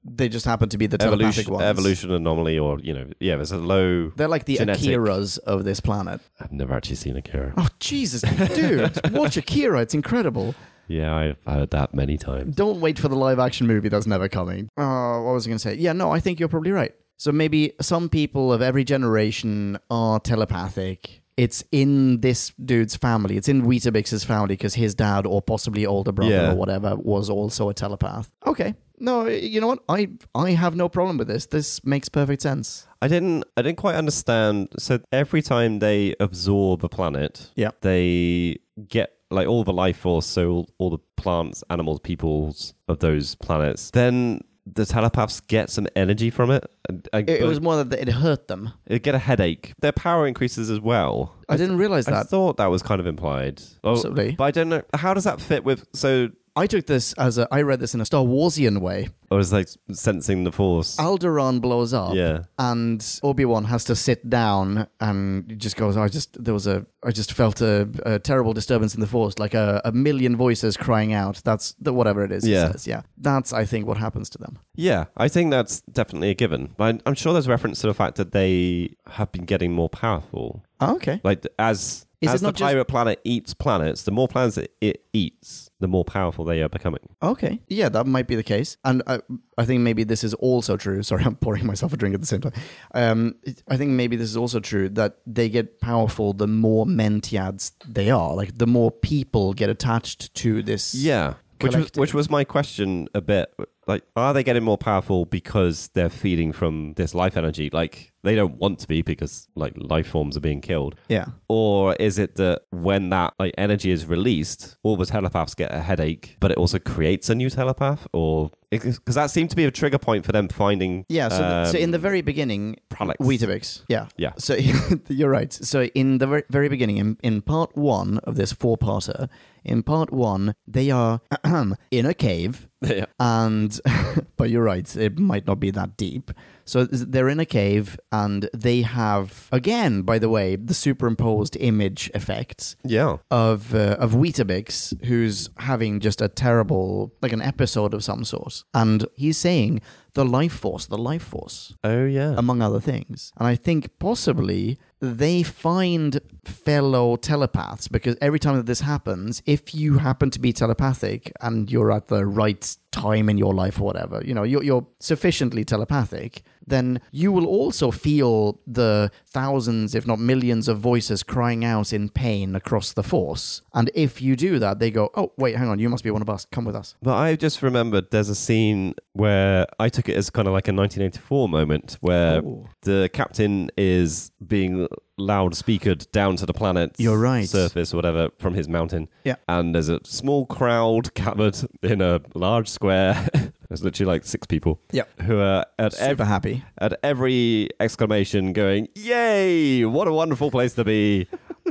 They just happen to be the telepathic evolution, ones. evolution anomaly, or, you know, yeah, there's a low. They're like the Genetic. Akiras of this planet. I've never actually seen Akira. Oh Jesus, dude! Watch Akira; it's incredible. Yeah, I've heard that many times. Don't wait for the live action movie that's never coming. Uh, what was I going to say? Yeah, no, I think you're probably right. So maybe some people of every generation are telepathic. It's in this dude's family. It's in Weetabix's family because his dad or possibly older brother Yeah. or whatever was also a telepath. Okay. No, you know what? I I have no problem with this. This makes perfect sense. I didn't I didn't quite understand. So every time they absorb a planet, Yeah. they get like all the life force, so all, all the plants, animals, peoples of those planets. Then the telepaths get some energy from it. and- and- It, it but was more that it hurt them. they get a headache. Their power increases as well. I didn't realize I that. thought that was kind of implied. Oh, Possibly. But I don't know. How does that fit with. So, I took this as a, I read this in a Star Warsian way. or is like sensing the force? Alderaan blows up. Yeah. and Obi Wan has to sit down and just goes, "I just there was a I just felt a, a terrible disturbance in the force, like a, a million voices crying out. That's the whatever it is. he Yeah. says. yeah. That's I think what happens to them. Yeah, I think that's definitely a given. But I'm sure there's reference to the fact that they have been getting more powerful. Oh, okay, Like as Is it as the not just- pirate planet eats planets, the more planets it, it eats, the more powerful they are becoming. okay, yeah, that might be the case. And I I think maybe this is also true. Sorry, I'm pouring myself a drink at the same time. Um, it- I think maybe this is also true that they get powerful the more Mentiads they are, like the more people get attached to this. Yeah. Which was, Collective. which was my question a bit. Like, are they getting more powerful because they're feeding from this life energy? Like, they don't want to be because, like, life forms are being killed. yeah. Or is it that when that like energy is released, all the telepaths get a headache, but it also creates a new telepath? Or because that seemed to be a trigger point for them finding. Yeah, so, th- so in the um, very beginning, products. Weetabix. Yeah. Yeah. So you're right. So in the ver- very beginning, in, in part one of this four-parter, in part one, they are in a cave, yeah. and but you're right, it might not be that deep. So they're in a cave, and they have again, by the way, the superimposed image effects yeah. of uh, of Weetabix who's having just a terrible like an episode of some sort and he's saying the life force the life force Oh, yeah. among other things and i think possibly they find fellow telepaths because every time that this happens if you happen to be telepathic and you're at the right time in your life or whatever you know you're, you're sufficiently telepathic then you will also feel the thousands, if not millions, of voices crying out in pain across the force. And if you do that, they go, oh, wait, hang on, you must be one of us. Come with us. But I just remembered there's a scene where I took it as kind of like a 1984 moment where Oh. the captain is being loudspeakered down to the planet's You're right. surface or whatever from his mountain. Yeah. And there's a small crowd gathered in a large square. there's literally like six people. Yeah. Who are at Super every, happy. at every exclamation going, Yay! What a wonderful place to be!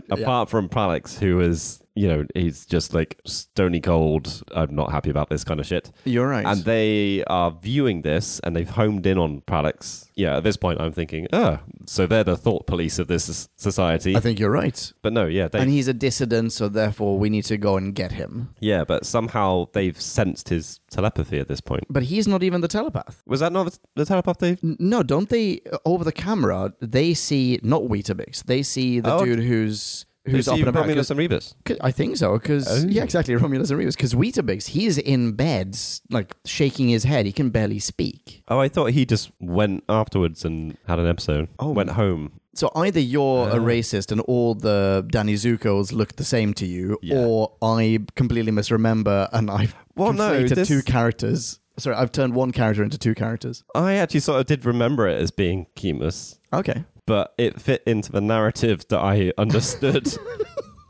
Apart from Pralex, who is, you know, he's just like stony cold. I'm not happy about this kind of shit. You're right. And they are viewing this and they've homed in on Pralex. Yeah, at this point, I'm thinking, oh, so they're the thought police of this s- society. I think you're right. but no, yeah, they, And he's a dissident, so therefore we need to go and get him. yeah, but somehow they've sensed his telepathy at this point. But he's not even the telepath. Was that not the- the telepath they? N- No, don't they? uh, Over the camera, they see not Weetabix. They see the Oh, dude who's who's They up see and about. 'cause- Romulus and Rebus? 'Cause- I think so, because Oh. yeah, exactly, Romulus and Remus. Because Weetabix, he is in bed, like shaking his head. He can barely speak. Oh, I thought he just went afterwards and had an episode. Oh. went home. So either you're Oh. a racist and all the Danny Zuko's look the same to you, Yeah. or I completely misremember and I've Well, no, conflated this- two characters. Sorry, I've turned one character into two characters. I actually sort of did remember it as being Chemus, Okay. but it fit into the narrative that I understood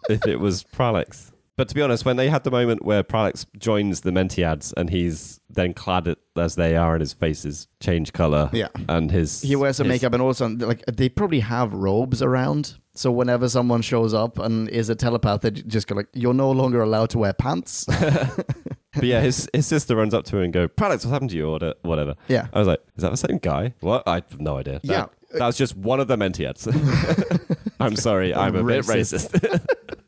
if it was Pralex. But to be honest, when they had the moment where Pralex joins the Mentiads and he's then clad as they are and his face is changed color, Yeah. and his He wears some his- makeup and also like they probably have robes around. So whenever someone shows up and is a telepath, they j- just go like, "You're no longer allowed to wear pants." But yeah, his, his sister runs up to him and go, "Pralex, what's happened to you?" or da- whatever. Yeah. I was like, "Is that the same guy?" What? I have no idea. Yeah. Uh, that, that was just one of the Mentiads. I'm sorry, I'm a bit Racist. racist.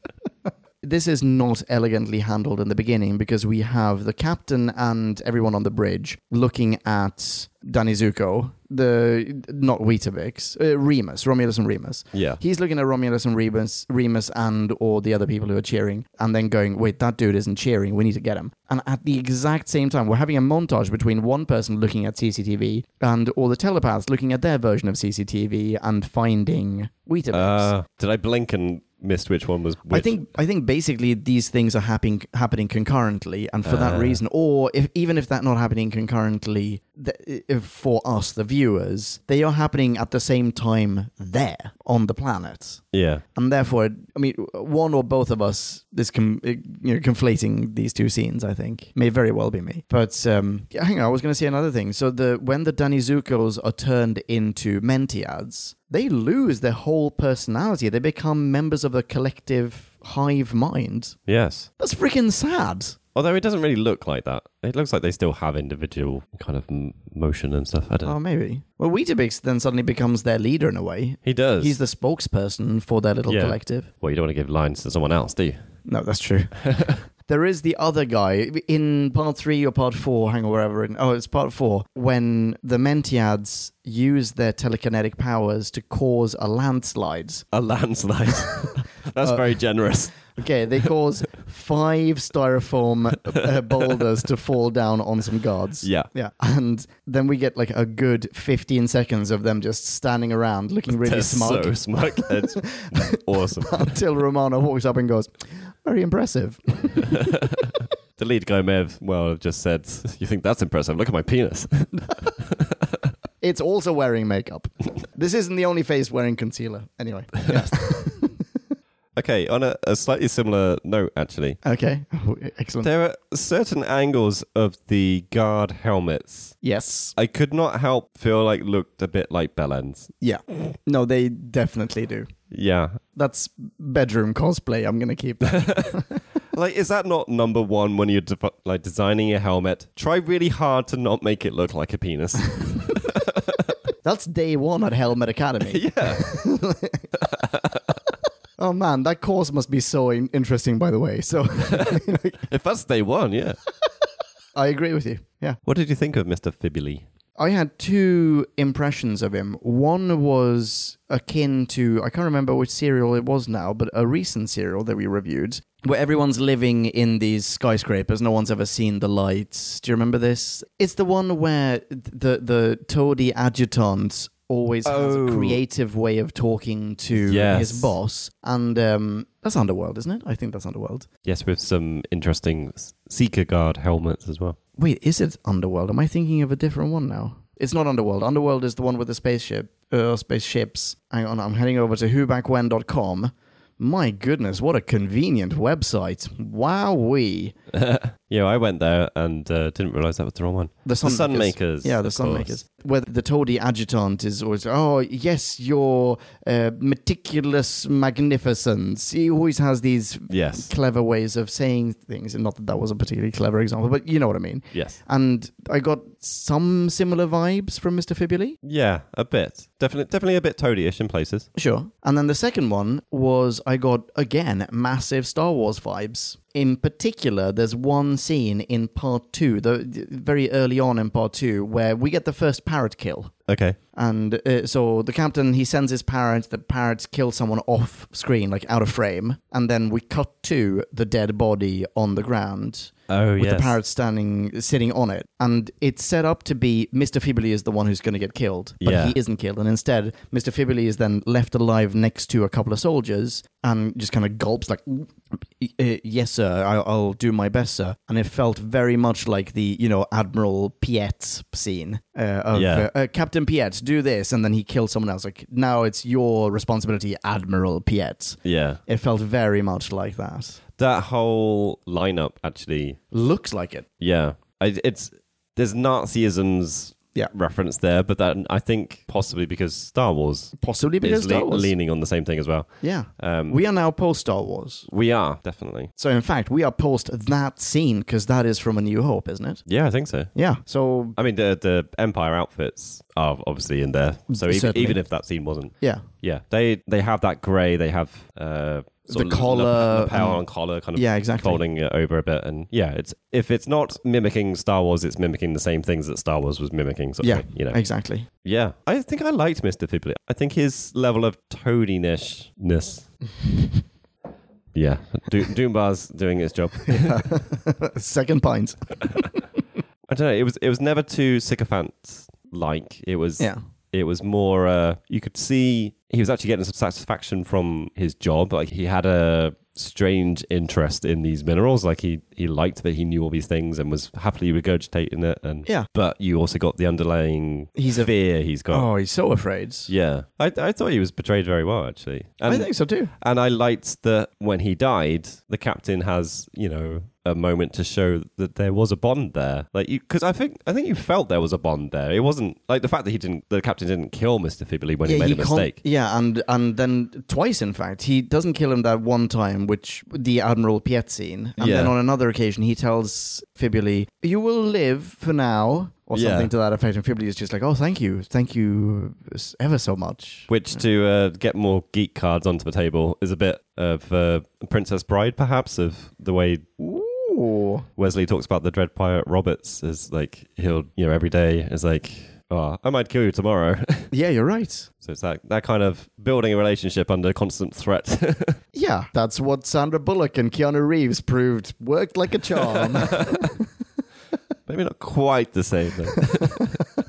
this is not elegantly handled in the beginning because we have the captain and everyone on the bridge looking at Danny Zuko the not Weetabix, uh, Remus, Romulus and Remus. Yeah. He's looking at Romulus and Remus, Remus and or the other people who are cheering, and then going, "Wait, that dude isn't cheering. We need to get him." And at the exact same time, we're having a montage between one person looking at CCTV and all the telepaths looking at their version of CCTV and finding Weetabix. Uh, did I blink and missed which one was which? I think I think basically these things are happening happening concurrently, and for Uh. that reason, or if even if that not happening concurrently, th- if for us the viewers, they are happening at the same time there on the planet, Yeah. and therefore, I mean, one or both of us is com- you know, conflating these two scenes. I think may very well be me, but um, yeah, hang on, I was going to say another thing. So the when the Danizukos are turned into Mentiads they lose their whole personality. They become members of a collective hive mind. Yes. That's freaking sad. Although it doesn't really look like that. It looks like they still have individual kind of m- motion and stuff. I don't know. Oh, maybe. Well, Weetabix then suddenly becomes their leader in a way. He does. He's the spokesperson for their little Yeah. collective. Well, you don't want to give lines to someone else, do you? No, that's true. there is the other guy in part three or part four, hang on, wherever. In, oh, it's part four. When the Mentiads use their telekinetic powers to cause a landslide. A landslide. That's Uh, very generous. Okay, they cause five styrofoam uh, boulders to fall down on some guards. Yeah. Yeah. And then we get like a good 15 seconds of them just standing around looking really That's smug so smug. It's awesome. until Romano walks up and goes, very impressive. The lead guy may have, well, have just said, You think that's impressive? Look at my penis. It's also wearing makeup. this isn't the only face wearing concealer. Anyway. Okay, on a, a slightly similar note, actually, Okay. Excellent. there are certain angles of the guard helmets. Yes. I could not help feel like looked a bit like Belen's. Yeah. No, they definitely do. Yeah. That's bedroom cosplay. I'm going to keep that. Like, is that not number one when you're defi- like designing a helmet? Try really hard to not make it look like a penis. That's day one at Helmet Academy. yeah. Oh man, that course must be so in- interesting, by the way. So If that's day one, yeah. I agree with you. Yeah. What did you think of Mr. Fibuli? I had two impressions of him. One was akin to, I can't remember which serial it was now, but a recent serial that we reviewed where everyone's living in these skyscrapers. No one's ever seen the lights. Do you remember this? It's the one where th- the, the toady adjutant always has a Oh. creative way of talking to Yes. his boss. And um, that's Underworld, isn't it? I think that's Underworld. Yes, with some interesting s- Seeker Guard helmets as well. Wait, is it Underworld? Am I thinking of a different one now? It's not Underworld. Underworld is the one with the spaceship, uh, spaceships. Hang on, I'm heading over to whobackwhen.com. My goodness, what a convenient website. Wowee. Yeah, I went there and uh, didn't realize that was the wrong one. The Sunmakers. Sunmakers, Yeah, the of course. Sunmakers. Where the toady adjutant is always, oh, yes, your uh, meticulous magnificence. He always has these Yes. clever ways of saying things. And not that that was a particularly clever example, but you know what I mean. Yes. and I got some similar vibes from Mr. Fibuli. Yeah, a bit. Definitely, definitely a bit toadyish in places. Sure. And then the second one was I got, again, massive Star Wars vibes. In particular, there's one scene in part two, the, very early on in part two, where we get the first parrot kill. Okay. And uh, so the captain he sends his parrot. The parrot kills someone off screen, like out of frame, and then we cut to the dead body on the ground. Oh, with yes. the parrot standing, sitting on it, and it's set up to be Mr. Fibberly is the one who's going to get killed, but Yeah. he isn't killed, and instead Mr. Fibberly is then left alive next to a couple of soldiers and just kind of gulps like, "Uh, "Yes, sir, I- I'll do my best, sir." And it felt very much like the you know Admiral Piet scene uh, of Yeah. uh, uh, Captain Piet, do this, and then he kills someone else. Like now it's your responsibility, Admiral Piet. Yeah. It felt very much like that. That whole lineup, actually, Looks like it. yeah. I, it's There's Nazism's Yeah. reference there, but that I think possibly because Star Wars Possibly because is le- Star Wars. leaning on the same thing as well. Yeah. Um, we are now post Star Wars. We are, definitely. So, in fact, we are post that scene because that is from A New Hope, isn't it? Yeah, I think so. Yeah. So, I mean, the the Empire outfits are obviously in there. So even, Certainly. even if that scene wasn't, Yeah. yeah, they they have that grey. They have uh, sort The of collar lap- lapel and- and collar kind of Yeah, exactly. folding it over a bit, and yeah, it's if it's not mimicking Star Wars, it's mimicking the same things that Star Wars was mimicking. Sort of Yeah. thing, you know, Exactly. yeah. I think I liked Mr. Pipley. I think his level of toadiness-ness. yeah, Do- Doombar's doing his job. Second pint. I don't know. It was it was never too sycophant like. It was Yeah. It was more. Uh, you could see he was actually getting some satisfaction from his job. Like he had a strange interest in these minerals. Like he he liked that he knew all these things and was happily regurgitating it. And Yeah. but you also got the underlying He's a- fear he's got. Oh, he's so afraid. Yeah, I I thought he was portrayed very well actually. And I think so too. and I liked that when he died, the captain has, you know, a moment to show that there was a bond there. Like you because I think I think you felt there was a bond there. It wasn't like the fact that he didn't the captain didn't kill Mr. Fibley when he made a con- mistake. yeah, and and then twice, in fact, he doesn't kill him that one time, which the Admiral Piet scene, and Yeah. then on another occasion, he tells Fibuli, "You will live for now," or Yeah. something to that effect, and Fibuli is just like, "Oh, thank you, thank you s- ever so much." Which to uh, get more geek cards onto the table is a bit of uh, Princess Bride, perhaps, of the way Ooh, Wesley talks about the Dread Pirate Roberts is like he'll you know every day is like, oh, I might kill you tomorrow. yeah, you're right. so it's that that kind of building a relationship under constant threat. Yeah, that's what Sandra Bullock and Keanu Reeves proved worked like a charm. what Maybe not quite the same. Though.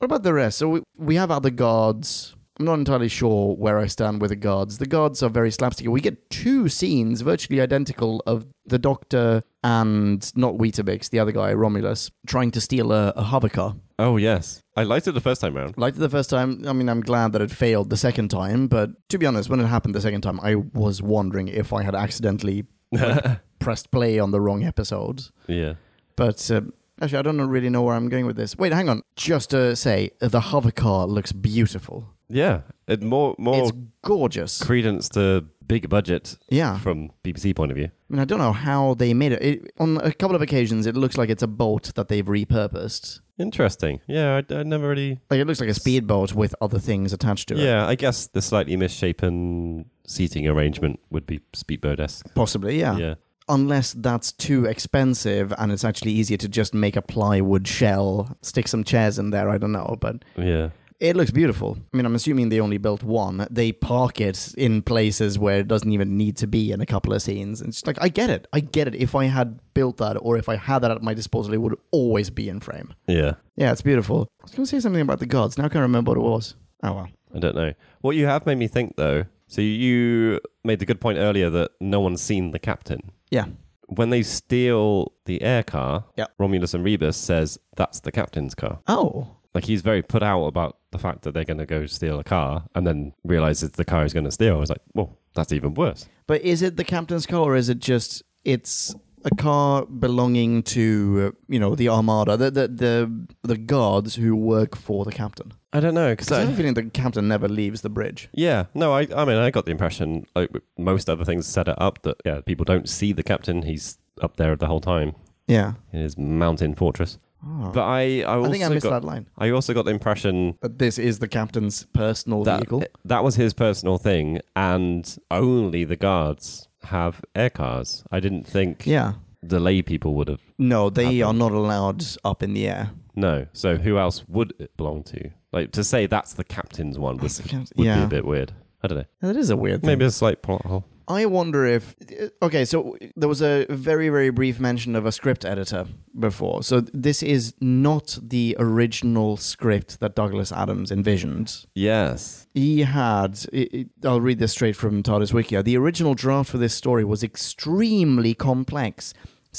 about the rest? So we, we have other gods. I'm not entirely sure where I stand with the gods. The gods are very slapstick. We get two scenes virtually identical of the Doctor and not Weetabix, the other guy, Romulus, trying to steal a, a hover car. oh yes, I liked it the first time round. Liked it the first time. I mean, I'm glad that it failed the second time, but to be honest, when it happened the second time, I was wondering if I had accidentally like, pressed play on the wrong episode. Yeah, But um, actually, I don't really know where I'm going with this. Wait, hang on. Just to say, the hover car looks beautiful. yeah. It more more It's gorgeous. credence to big budget yeah. from BBC point of view. I mean, I don't know how they made it. it. On a couple of occasions, it looks like it's a boat that they've repurposed. Interesting. Yeah, I, I never really. Like, it looks like a speedboat with other things attached to it. Yeah, I guess the slightly misshapen seating arrangement would be speedboat esque. Possibly, yeah. Yeah. Unless that's too expensive and it's actually easier to just make a plywood shell, stick some chairs in there, I don't know. But Yeah. It looks beautiful. I mean, I'm assuming they only built one. They park it in places where it doesn't even need to be in a couple of scenes. And it's just like, I get it. I get it. If I had built that or if I had that at my disposal, it would always be in frame. Yeah. Yeah, it's beautiful. I was going to say something about the gods. Now I can't remember what it was. Oh, well. I don't know. What you have made me think though. So you made the good point earlier that no one's seen the captain. Yeah. When they steal the air car, Yeah. Romulus and Rebus says that's the captain's car. Oh. Like he's very put out about the fact that they're going to go steal a car and then realizes the car he's going to steal. I was like, well, that's even worse. But is it the captain's car or is it just it's a car belonging to, uh, you know, the armada, the, the, the, the guards who work for the captain? I don't know because So I have a feeling the captain never leaves the bridge. yeah, no, I I mean I got the impression like with most other things set it up that yeah people don't see the captain. He's up there the whole time Yeah. in his mountain fortress. Oh. But I I, also I think I missed got, that line. I also got the impression But this is the captain's personal that vehicle. that was his personal thing and only the guards have air cars. I didn't think Yeah. the lay people would have No, they Happened. are not allowed up in the air. No. So who else would it belong to? Like to say that's the captain's one would, That's the captain- would be yeah. a bit weird. I don't know. That is a weird thing. Maybe a slight plot hole. I wonder if. uh, Okay, so there was a very, very brief mention of a script editor before. So this is not the original script that Douglas Adams envisioned. Yes. he had i i i'll read this straight from tardis wikia the original draft for this story was extremely complex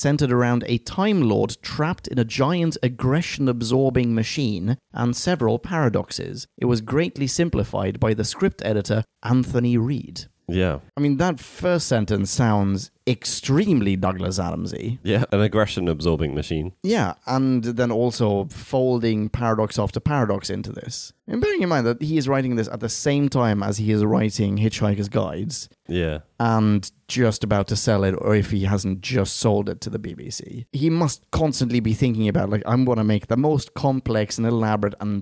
centered around a time lord trapped in a giant aggression absorbing machine and several paradoxes it was greatly simplified by the script editor anthony reed Yeah. i mean that first sentence sounds extremely Douglas Adamsy. Yeah, an aggression absorbing machine. Yeah, and then also folding paradox after paradox into this. And bearing in mind that he is writing this at the same time as he is writing Hitchhiker's Guides Yeah. and just about to sell it, or if he hasn't just sold it to the BBC. He must constantly be thinking about, like, I'm going to make the most complex and elaborate and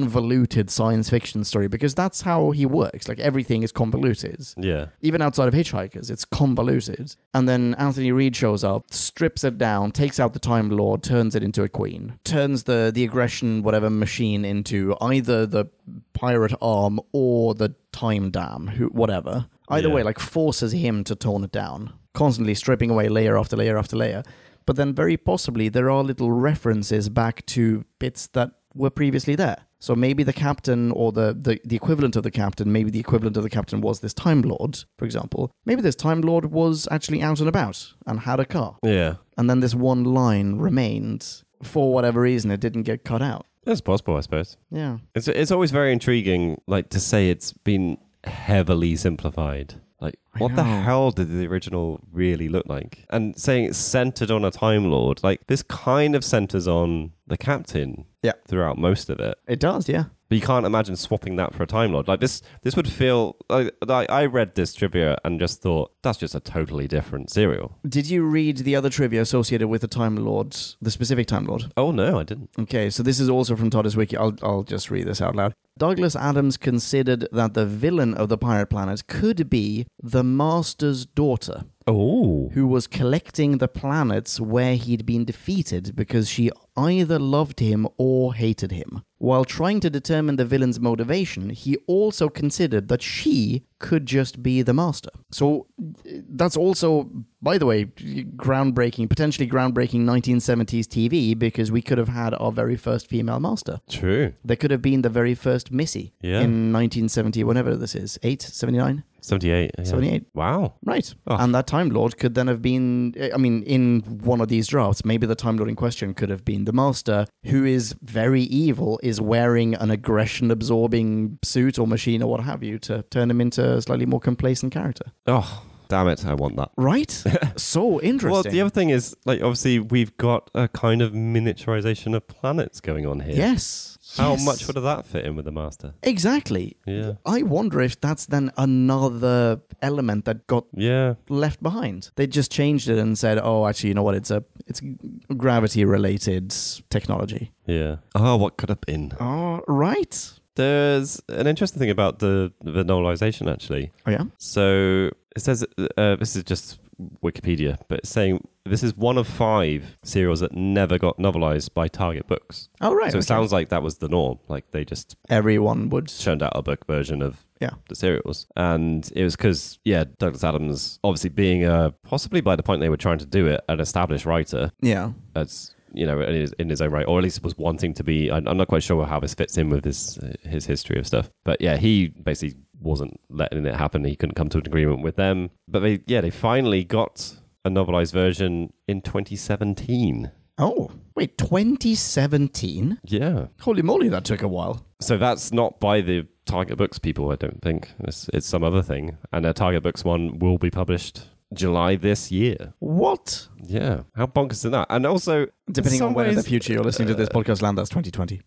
convoluted science fiction story because that's how he works. Like, everything is convoluted Yeah. even outside of Hitchhikers, it's convoluted. And then Anthony Reed shows up, strips it down, takes out the Time Lord, turns it into a queen, turns the the aggression whatever machine into either the pirate arm or the time dam, who whatever. Either Yeah. way, like forces him to tone it down, constantly stripping away layer after layer after layer. But then very possibly there are little references back to bits that were previously there. So maybe the captain or the, the, the equivalent of the captain, maybe the equivalent of the captain was this Time Lord, for example. Maybe this Time Lord was actually out and about and had a car. Yeah. And then this one line remained. For whatever reason, it didn't get cut out. That's possible, I suppose. Yeah. It's it's always very intriguing, like to say it's been heavily simplified. Like, I what the know. hell did the original really look like? And saying it's centered on a Time Lord, like this kind of centers on the Captain. Yeah. Throughout most of it, It does, yeah. but you can't imagine swapping that for a Time Lord. Like this, this would feel like, like I read this trivia and just thought that's just a totally different serial. Did you read the other trivia associated with the Time Lord, the specific Time Lord? Oh no, I didn't. Okay, so this is also from Todd's wiki. I'll, I'll just read this out loud. Douglas Adams considered that the villain of the Pirate Planet could be the Master's daughter, Oh, who was collecting the planets where he'd been defeated because she either loved him or hated him. While trying to determine the villain's motivation, he also considered that she could just be the Master. So uh, that's also, by the way, groundbreaking, potentially groundbreaking 1970s TV because we could have had our very first female Master. true. There could have been the very first Missy Yeah. in 1970, whatever this is, 8, 79, Seventy-eight. yeah. 78. Wow. Right. Oh. And that Time Lord could then have been, I mean, in one of these drafts, maybe the Time Lord in question could have been the Master, who is very evil, is wearing an aggression absorbing suit or machine or what have you to turn him into a slightly more complacent character. Oh, damn it! I want that. Right? so interesting. Well, the other thing is, like, obviously, we've got a kind of miniaturization of planets going on here. Yes. How Yes. much would that fit in with the master? Exactly. Yeah. I wonder if that's then another element that got Yeah. left behind. They just changed it and said, "Oh, actually, you know what? It's a it's gravity related technology." Yeah. Oh, what could have been? Oh, right. There's an interesting thing about the the novelization, actually. Oh yeah. So it says uh, this is just Wikipedia, but it's saying this is one of five serials that never got novelized by Target Books. Oh right. so it okay. sounds like that was the norm. Like they just everyone would. churned out a book version of Yeah. the serials. And it was because, yeah, Douglas Adams, obviously being a, possibly by the point they were trying to do it, an established writer Yeah. that's, you know, in his, in his own right, or at least was wanting to be. I- I'm not quite sure how this fits in with his, his history of stuff. But yeah, he basically wasn't letting it happen. He couldn't come to an agreement with them. But they, yeah, they finally got a novelized version in 2017. Oh wait, 2017. Yeah. Holy moly, that took a while. So that's not by the Target Books people, I don't think. It's, it's some other thing. And a Target Books one will be published July this year. What? Yeah. How bonkers is that? And also, Depending some on when in Uh, the ways- future you're listening to this podcast land, that's 2020.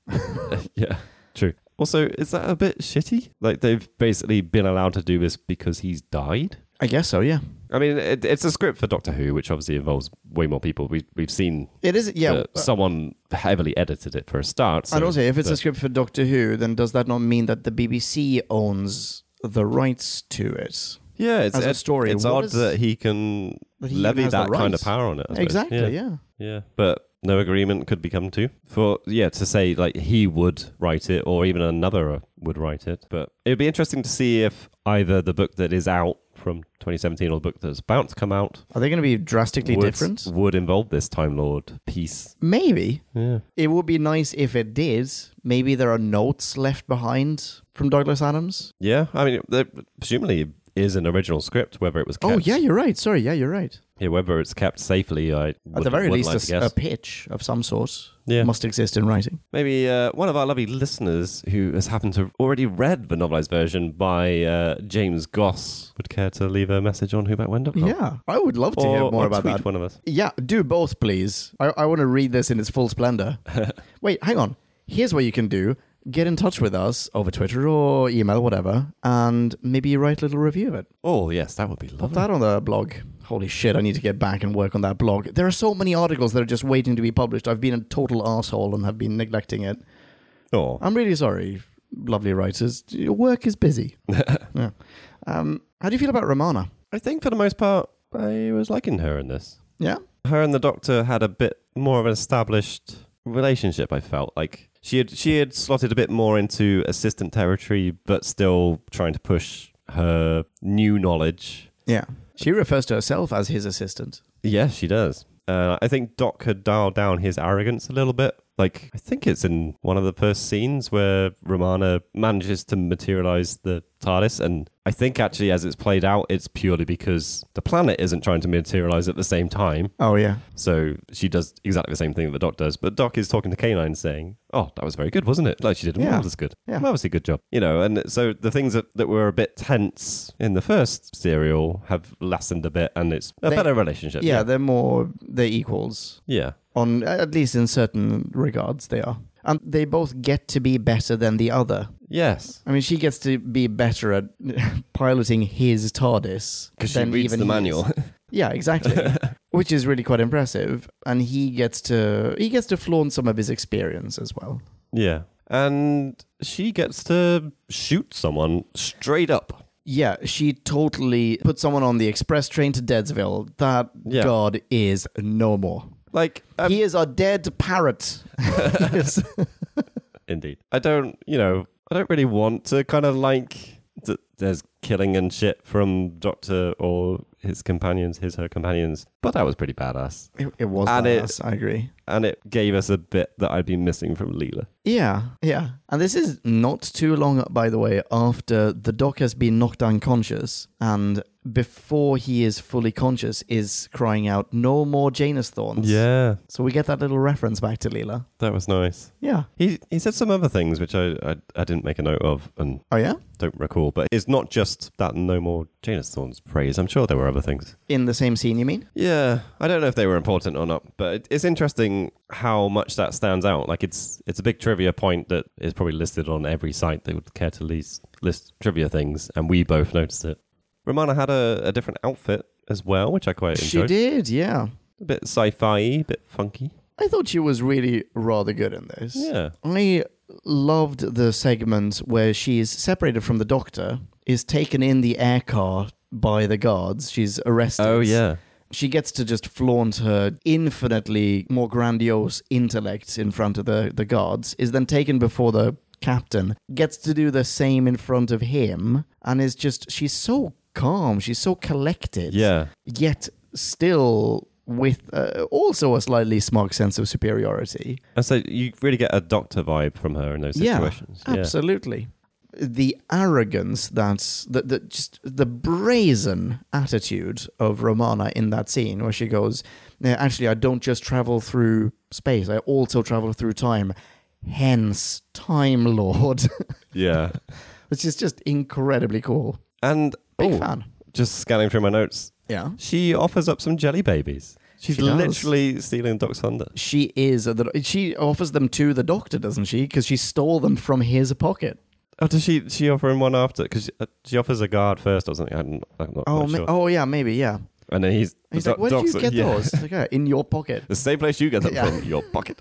yeah, true. Also, is that a bit shitty? Like, they've basically been allowed to do this because he's died? I guess so. Yeah. I mean, it, it's a script for Doctor Who, which obviously involves way more people. We, we've seen It is. Yeah. uh, someone heavily edited it for a start. So, I'd also say if it's a but- script for Doctor Who, then does that not mean that the BBC owns the rights to it? yeah, it's as a it- story, It's what odd is- that he can That he even levy has the that kind of rights. power on it. I suppose. Exactly. yeah. Yeah, but no agreement could be come to for yeah to say like he would write it or even another uh, would write it. But it would be interesting to see if either the book that is out from 2017 or the book that's about to come out Are they going to be drastically would, different? would involve this Time Lord piece. Maybe. Yeah, It would be nice if it did. Maybe there are notes left behind from Douglas Adams. yeah. I mean, they're- presumably is an original script, whether it was kept, Oh, yeah, you're right. Sorry, yeah, you're right. yeah, whether it's kept safely, I At the very least, a, s- guess. a pitch of some sort Yeah. must exist in writing. Maybe uh, one of our lovely listeners who has happened to have already read the novelized version by uh, James Goss would care to leave a message on whobackwen.com. Yeah, I would love to Or, hear more or about tweet that. one of us. Yeah, do both, please. I, I want to read this in its full splendor. Wait, hang on. Here's what you can do get in touch with us over Twitter or email, whatever, and maybe write a little review of it. Oh, yes, that would be Put lovely. that on the blog. Holy shit, I need to get back and work on that blog. There are so many articles that are just waiting to be published. I've been a total asshole and have been neglecting it. Oh. I'm really sorry, lovely writers. Your work is busy. Yeah. um, how do you feel about Romana? I think for the most part, I was liking her in this. Yeah? Her and the doctor had a bit more of an established relationship, I felt. Like she had she had slotted a bit more into assistant territory, but still trying to push her new knowledge Yeah. She refers to herself as his assistant. Yes, she does. Uh, I think Doc had dialed down his arrogance a little bit. Like, I think it's in one of the first scenes where Romana manages to materialize the TARDIS. And I think actually, as it's played out, it's purely because the planet isn't trying to materialize at the same time. Oh, yeah. So she does exactly the same thing that the Doc does. But Doc is talking to Canine saying, Oh, that was very good, wasn't it? Like, she did a Yeah. marvelous good. Yeah. Marvelously good job. You know, and so the things that, that were a bit tense in the first serial have lessened a bit. And it's a They- better relationship. Yeah, they're more, they're equals. Yeah. On, at least in certain regards, they are. And they both get to be better than the other. Yes. I mean, she gets to be better at piloting his TARDIS Because she than reads even the he is. manual. Yeah, exactly. Which is really quite impressive, and he gets to he gets to flaunt some of his experience as well. yeah. And she gets to shoot someone straight up. Yeah, she totally put someone on the express train to Deadsville. That Yeah. god is no more. Like, um, he is a dead parrot. Yes. indeed. I don't, you know, I don't really want to kind of like. Th- there's killing and shit from Doctor or his companions, his, her companions. But that was pretty badass. It, it was And it- badass, I agree. And it gave us a bit that I'd been missing from Leela. Yeah, yeah. And this is not too long, by the way, after the doc has been knocked unconscious and before he is fully conscious is crying out, No more Janus thorns. Yeah. So we get that little reference back to Leela. That was nice. Yeah. He, he said some other things which I, I, I didn't make a note of and Oh yeah? don't recall, but it's not just that no more Janus Thorns praise. I'm sure there were other things. In the same scene you mean? Yeah, I don't know if they were important or not, but it- it's interesting how much that stands out. Like it's it's a big trivia point that is probably listed on every site that would care to list, list trivia things, and we both noticed it. Romana had a, a different outfit as well, which I quite She enjoyed. did, yeah. A bit sci-fi, a bit funky. I thought she was really rather good in this. Yeah. I loved the segment where she is separated from the doctor, is taken in the air car by the guards. She's arrested. Oh yeah. She gets to just flaunt her infinitely more grandiose intellect in front of the, the guards, is then taken before the captain, gets to do the same in front of him, and is just, she's so calm, she's so collected. Yeah. Yet still with uh, also a slightly smug sense of superiority. And so you really get a doctor vibe from her in those situations. Yeah, absolutely. The arrogance that's the, the just the brazen attitude of Romana in that scene where she goes, "No, actually, I don't just travel through space; I also travel through time. Hence, Time Lord, Yeah. which is just incredibly cool. And Big oh, fan. just scanning through my notes, Yeah, She offers up some jelly babies. She's She does. literally stealing Doc's thunder. she is. The, she offers them to the doctor, doesn't she? Because she stole them from his pocket. Oh, does she? She offer him one after because she, uh, she offers a guard first or something. I'm, I'm not, Oh, not ma- sure. oh yeah, maybe yeah. And then he's He's the like, doc- "Where did doc's you like, get yeah, those?" It's like, "Yeah, in your pocket. The same place you get them Yeah. from, your pocket.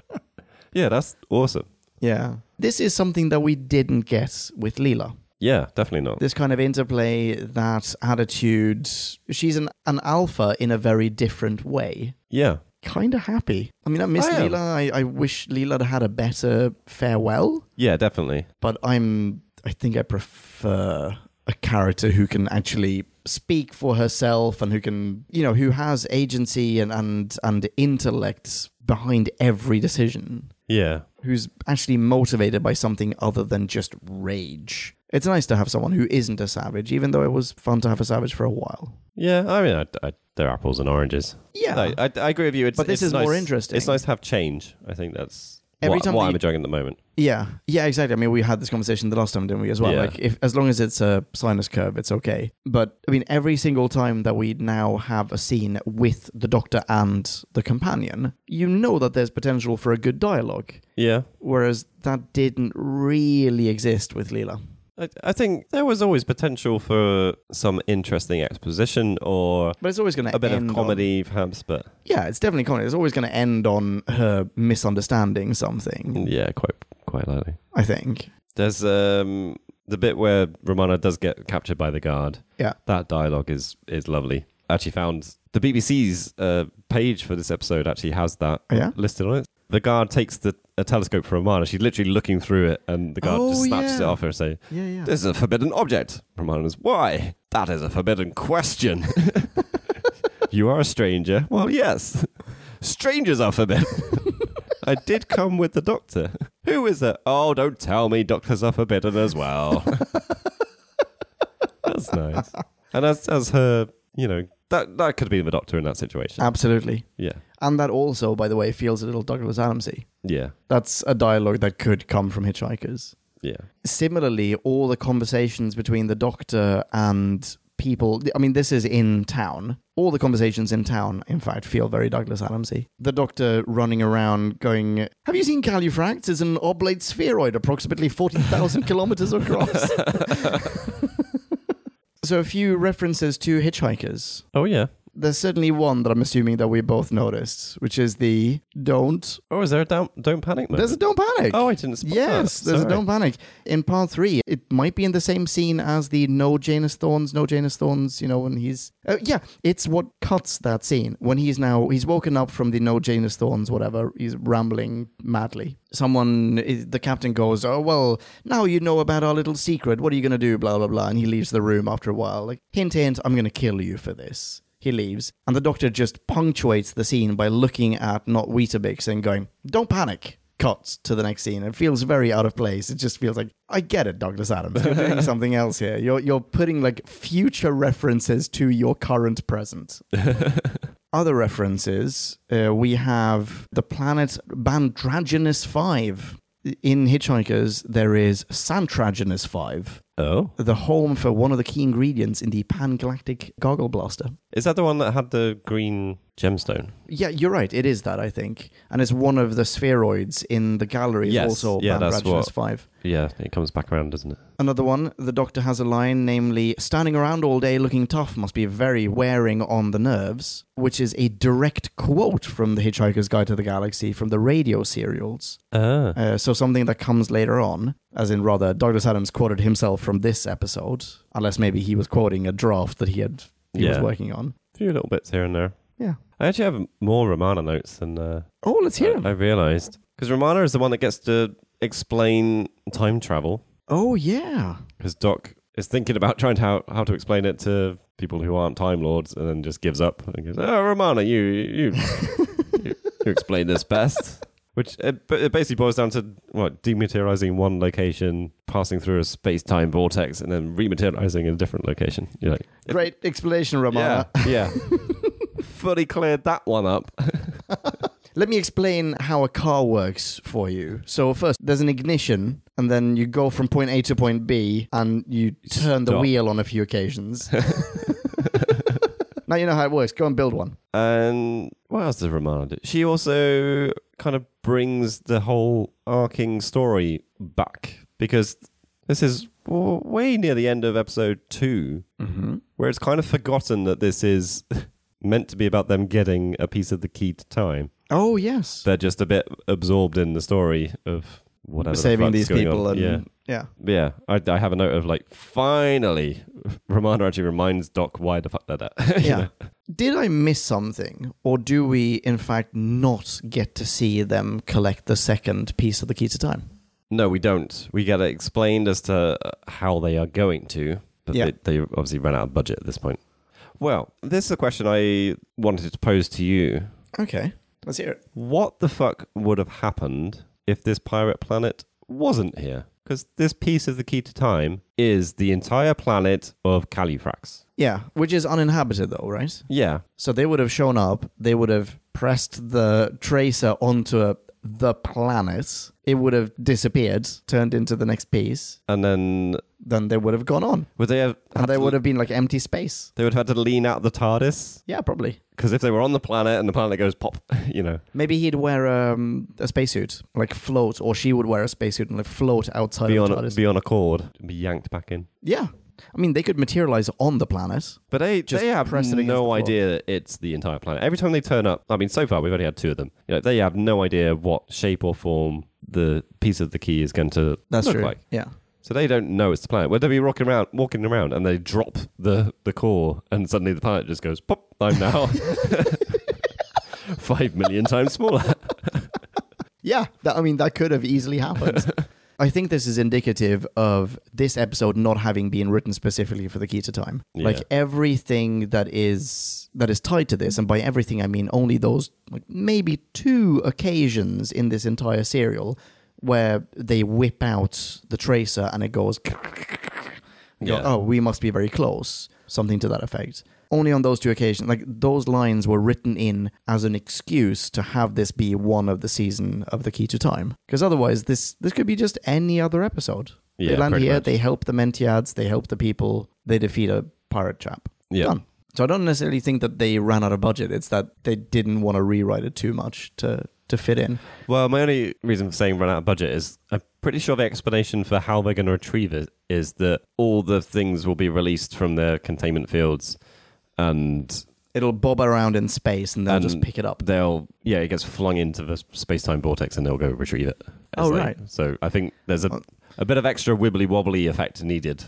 yeah, that's awesome. Yeah. This is something that we didn't get with Leela. Yeah, definitely not. This kind of interplay, that attitude. She's an, an alpha in a very different way. yeah, Kind of happy. I mean, I miss I am. Leela. I, I wish Leela had had a better farewell, yeah, definitely. but I'm. I think I prefer a character who can actually speak for herself and who can, you know, who has agency and, and, and intellect behind every decision Yeah, who's actually motivated by something other than just rage. It's nice to have someone who isn't a savage, even though it was fun to have a savage for a while. Yeah, I mean, I, I, they're apples and oranges. Yeah. No, I, I agree with you. It's, But this it's is nice- more interesting. It's nice to have change. I think that's Every what, time what that I'm you- enjoying at the moment. Yeah, yeah, exactly. I mean, we had this conversation the last time, didn't we? As well, Yeah. like if as long as it's a sinus curve, it's okay. But I mean, every single time that we now have a scene with the Doctor and the companion, you know that there's potential for a good dialogue, Yeah. whereas that didn't really exist with Leela. I, I think there was always potential for some interesting exposition or But it's always going to a bit end of on- comedy, perhaps, but yeah, it's definitely comedy. It's always going to end on her misunderstanding something. yeah, quite quite likely. I think. There's um, the bit where Romana does get captured by the guard. Yeah. That dialogue is is lovely. I actually found the BBC's uh, page for this episode actually has that Oh, yeah? listed on it. The guard takes the a telescope from Romana. She's literally looking through it, and the guard Oh, just snatches it yeah. off her and says, Yeah, yeah. This is a forbidden object. Romana's, why? That is a forbidden question. you are a stranger. Well, yes. Strangers are forbidden. I did come with the doctor. Who is it? Oh, don't tell me doctors are forbidden as well. That's nice. And as, as her, you know, that, that could be the doctor in that situation. Uh, Absolutely. yeah. And that also, by the way, feels a little Douglas Adamsy. Yeah. That's a dialogue that could come from Hitchhikers. Yeah. Similarly, all the conversations between the doctor and people, I mean, this is in town. All the conversations in town, in fact, feel very Douglas Adamsy. The doctor running around going, Have you seen Califract? It's an oblate spheroid approximately 40,000 kilometers across. so, a few references to Hitchhikers Oh, yeah. there's certainly one that I'm assuming that we both noticed, which is the don't. Oh, is there a don't, don't panic moment? There's a don't panic. oh, I didn't spot yes, that. there's Sorry. a don't panic in part three. It might be in the same scene as the no Janus Thorns, no Janus Thorns. You know when he's uh, yeah, it's what cuts that scene when he's now he's woken up from the no Janus Thorns, whatever. He's rambling madly. Someone, i- the captain goes, oh well, now you know about our little secret. What are you gonna do? Blah blah blah. And he leaves the room after a while. Like hint hint, I'm gonna kill you for this. He leaves, and the doctor just punctuates the scene by looking at not Weetabix and going, "Don't panic." Cuts to the next scene. It feels very out of place. It just feels like I get it, Douglas Adams. You're doing something else here. You're you're putting like future references to your current present. Other references uh, we have the planet Bandragenus Five. In Hitchhikers, there is Santragenus Five, Oh. the home for one of the key ingredients in the Pan Galactic Goggle Blaster. Is that the one that had the green gemstone? Yeah, you're right. It is that I think, and it's one of the spheroids in the gallery. is Yes, also yeah, Van that's Bradshawn's what- five. Yeah, it comes back around, doesn't it? Another one. The doctor has a line, namely, "Standing around all day looking tough must be very wearing on the nerves," which is a direct quote from the Hitchhiker's Guide to the Galaxy from the radio serials. Ah. Uh, so something that comes later on, as in rather Douglas Adams quoted himself from this episode, unless maybe he was quoting a draft that he had he was Yeah. working on. A few little bits here and there. Yeah. I actually have more Romana notes than uh, Oh, let's hear I, him. I realised. Because Romana is the one that gets to explain time travel. Oh yeah. Because Doc is thinking about trying to how, how to explain it to people who aren't Time Lords and then just gives up and goes, Oh, Romana, you, you, you, you explain this best. Which it, ba- it basically boils down to what dematerializing one location, passing through a space time vortex, and then rematerializing in a different location. You're like, Great explanation, Romana. Yeah, yeah. Fully cleared that one up. Let me explain how a car works for you. So first, there's an ignition, and then you go from point A to point B, and you turn the Stop. wheel on a few occasions. now you know how it works. Go and build one. And what else does Romana do? She also kind of brings the whole arcing story back because this is w- way near the end of episode 2 Mm-hmm. where it's kind of forgotten that this is meant to be about them getting a piece of the key to time. Oh yes, They're just a bit absorbed in the story of whatever. the saving fuck's these going people on. and yeah. yeah. Yeah, I, I have a note of like, finally, Romana actually reminds Doc why the fuck they're there. You Yeah. know? Did I miss something, or do we in fact not get to see them collect the second piece of the key to time? No, we don't. We get it explained as to uh, how they are going to, but Yeah. they, they obviously ran out of budget at this point. Well, this is a question I wanted to pose to you. Okay, let's hear it. What the fuck would have happened if this pirate planet wasn't here? Because this piece of the key to time is the entire planet of Califrax. Yeah, which is uninhabited though, right? Yeah. So they would have shown up, they would have pressed the tracer onto a, the planet, it would have disappeared, turned into the next piece, And then then they would have gone on. would they have? And had they to- would have been like empty space. They would have had to lean out the TARDIS Yeah, probably. because if they were on the planet and the planet goes pop, you know. Maybe he'd wear um, a spacesuit, like float, or she would wear a spacesuit and like float outside be of on the TARDIS. be on a cord and be yanked back in. yeah. I mean, they could materialize on the planet. But they Just they have press it against the no floor. idea that it's the entire planet. Every time they turn up, I mean, so far we've only had two of them. You know, they have no idea what shape or form the piece of the key is going to That's look true. like. Yeah. So they don't know it's the planet. Well, they'll be walking around, walking around, and they drop the the core, and suddenly the planet just goes pop. I'm now five million times smaller. Yeah, that, I mean, that could have easily happened. I think this is indicative of this episode not having been written specifically for the key to time. Yeah. Like everything that is that is tied to this, and by everything I mean only those like maybe two occasions in this entire serial where they whip out the tracer and it goes you go, Yeah. oh, we must be very close, something to that effect. Only on those two occasions, like those lines were written in as an excuse to have this be one of the season of the Key to Time, because otherwise, this this could be just any other episode. they Yeah, land pretty here, much. they help the Mentiads, they help the people, they defeat a pirate chap. Yeah. Done. So I don't necessarily think that they ran out of budget. It's that they didn't want to rewrite it too much to to fit in. Well, my only reason for saying run out of budget is I'm pretty sure the explanation for how they're going to retrieve it is that all the things will be released from their containment fields, and It'll bob around in space and they'll And just pick it up. they'll yeah, it gets flung into the space time vortex, and they'll go retrieve it. It's Oh, like- right. So I think there's a a bit of extra wibbly wobbly effect needed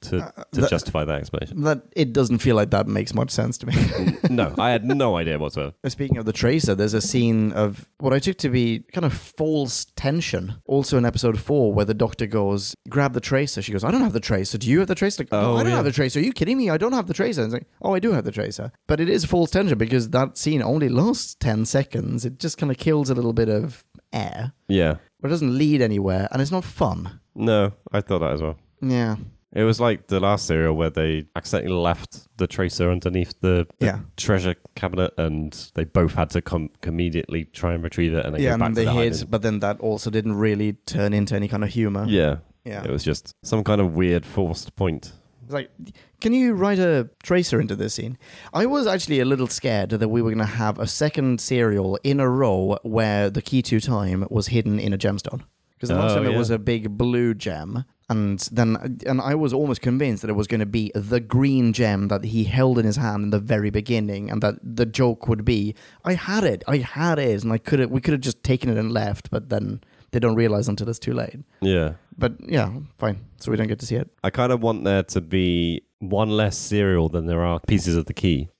to to that- justify that explanation. That it doesn't feel like that makes much sense to me. no, I had no idea whatsoever. Speaking of the Tracer, there's a scene of what I took to be kind of false tension. Also in episode four, where the doctor goes, Grab the Tracer. She goes, I don't have the Tracer. Do you have the Tracer? Like, no, Oh, I don't yeah. have the Tracer. Are you kidding me? I don't have the Tracer. And it's like, Oh, I do have the Tracer. But it is false tension because that scene only lasts 10 seconds. It just kind of kills a little bit of air, Yeah. but it doesn't lead anywhere and it's not fun. No, I thought that as well. Yeah. It was like the last serial where they accidentally left the tracer underneath the, the Yeah. treasure cabinet, and they both had to come immediately try and retrieve it, and they yeah, go back and to they the hid, hiding- but then that also didn't really turn into any kind of humor. Yeah. Yeah. it was just some kind of weird forced point. It's like, can you write a tracer into this scene? I was actually a little scared that we were going to have a second serial in a row where the key to time was hidden in a gemstone. Because the last Oh, time it yeah. was a big blue gem, and then and I was almost convinced that it was going to be the green gem that he held in his hand in the very beginning, and that the joke would be, "I had it, I had it," and I could have we could have just taken it and left, but then they don't realize until it's too late. Yeah, But yeah, fine. So we don't get to see it. I kind of want there to be one less serial than there are pieces of the key,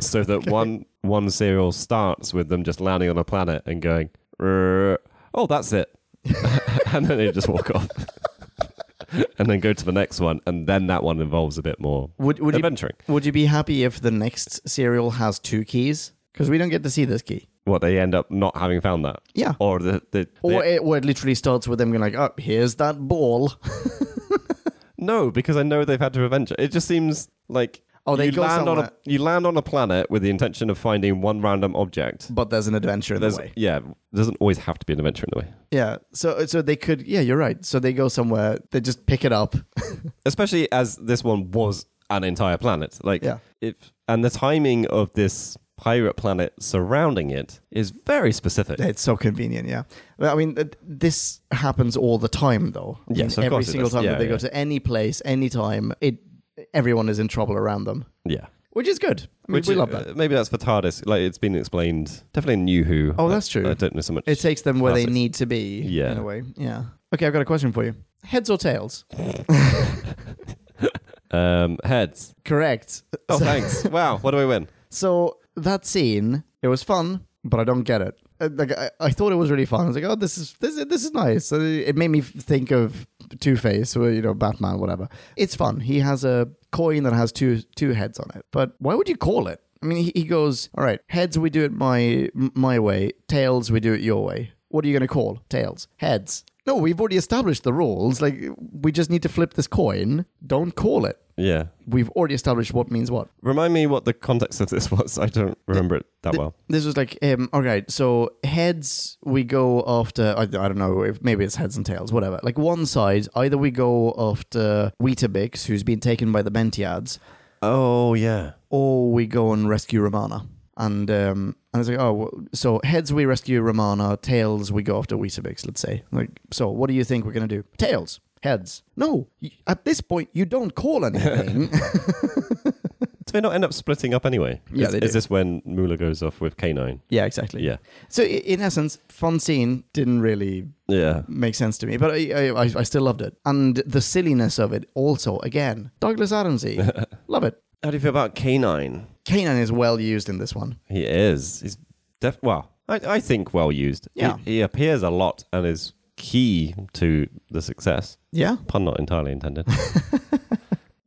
so that one one serial starts with them just landing on a planet and going, "Rrr, "Oh, that's it," and then they just walk off, and then go to the next one, and then that one involves a bit more Would would you adventuring. Would you be happy if the next serial has two keys? Because we don't get to see this key. What they end up not having found that, Yeah. or the, the, Or the- it, or it literally starts with them going like, "Oh, here's that ball." no, because I know they've had to adventure. It just seems like. Oh, they you go land on somewhere. a you land on a planet with the intention of finding one random object. But there's an adventure in There's, the way. yeah, doesn't always have to be an adventure in a way. Yeah. So so they could. Yeah, you're right. So they go somewhere. They just pick it up. Especially as this one was an entire planet. Like, Yeah. if and the timing of this pirate planet surrounding it is very specific. It's so convenient. Yeah. But, I mean, th- this happens all the time, though. I Yes, mean, of every course it single does. time Yeah, that they go yeah. to any place, any time, it everyone is in trouble around them, yeah, which is good. I mean, we love that. uh, maybe that's for TARDIS. Like, it's been explained. Definitely in New Who. Oh, I- that's true. I don't know so much. It takes them where they Classics. need to be. Yeah. In a way. Yeah. Okay, I've got a question for you. Heads or tails? um, heads. Correct. Oh, so, thanks. wow. What do we win? so that scene, it was fun, but I don't get it. Uh, Like I, I thought it was really fun. I was like, oh, this is this is, this is nice. So it made me think of Two Face or you know Batman, whatever. It's fun. He has a coin that has two two heads on it. But why would you call it? I mean, he, he goes, all right, heads we do it my my way, tails we do it your way. What are you going to call tails? Heads. No, we've already established the rules. Like, we just need to flip this coin. Don't call it. Yeah. We've already established what means what. Remind me what the context of this was. I don't remember it that Th- well. This was like, um, all right, so heads, we go after, I, I don't know, if maybe it's heads and tails, whatever. Like one side, either we go after Weetabix, who's been taken by the Bentiads, Oh, yeah. or we go and rescue Romana. And um, and it's like, oh, well, so heads, we rescue Romana, tails, we go after Weetabix, let's say. Like, so what do you think we're going to do? Tails, heads. No, y- at this point, you don't call anything. Do they not end up splitting up anyway? Yeah, is, they do. is this when Mula goes off with K9? yeah, exactly. Yeah. So i- in essence, Francine didn't really Yeah. makes sense to me, but I, I, I still loved it. And the silliness of it also, again, Douglas Adamsy. love it. How do you feel about K9? Kanan is well used in this one. He is. He's def- well. I, I think well used. He- Yeah. He, appears a lot and is key to the success. Yeah. Pun not entirely intended.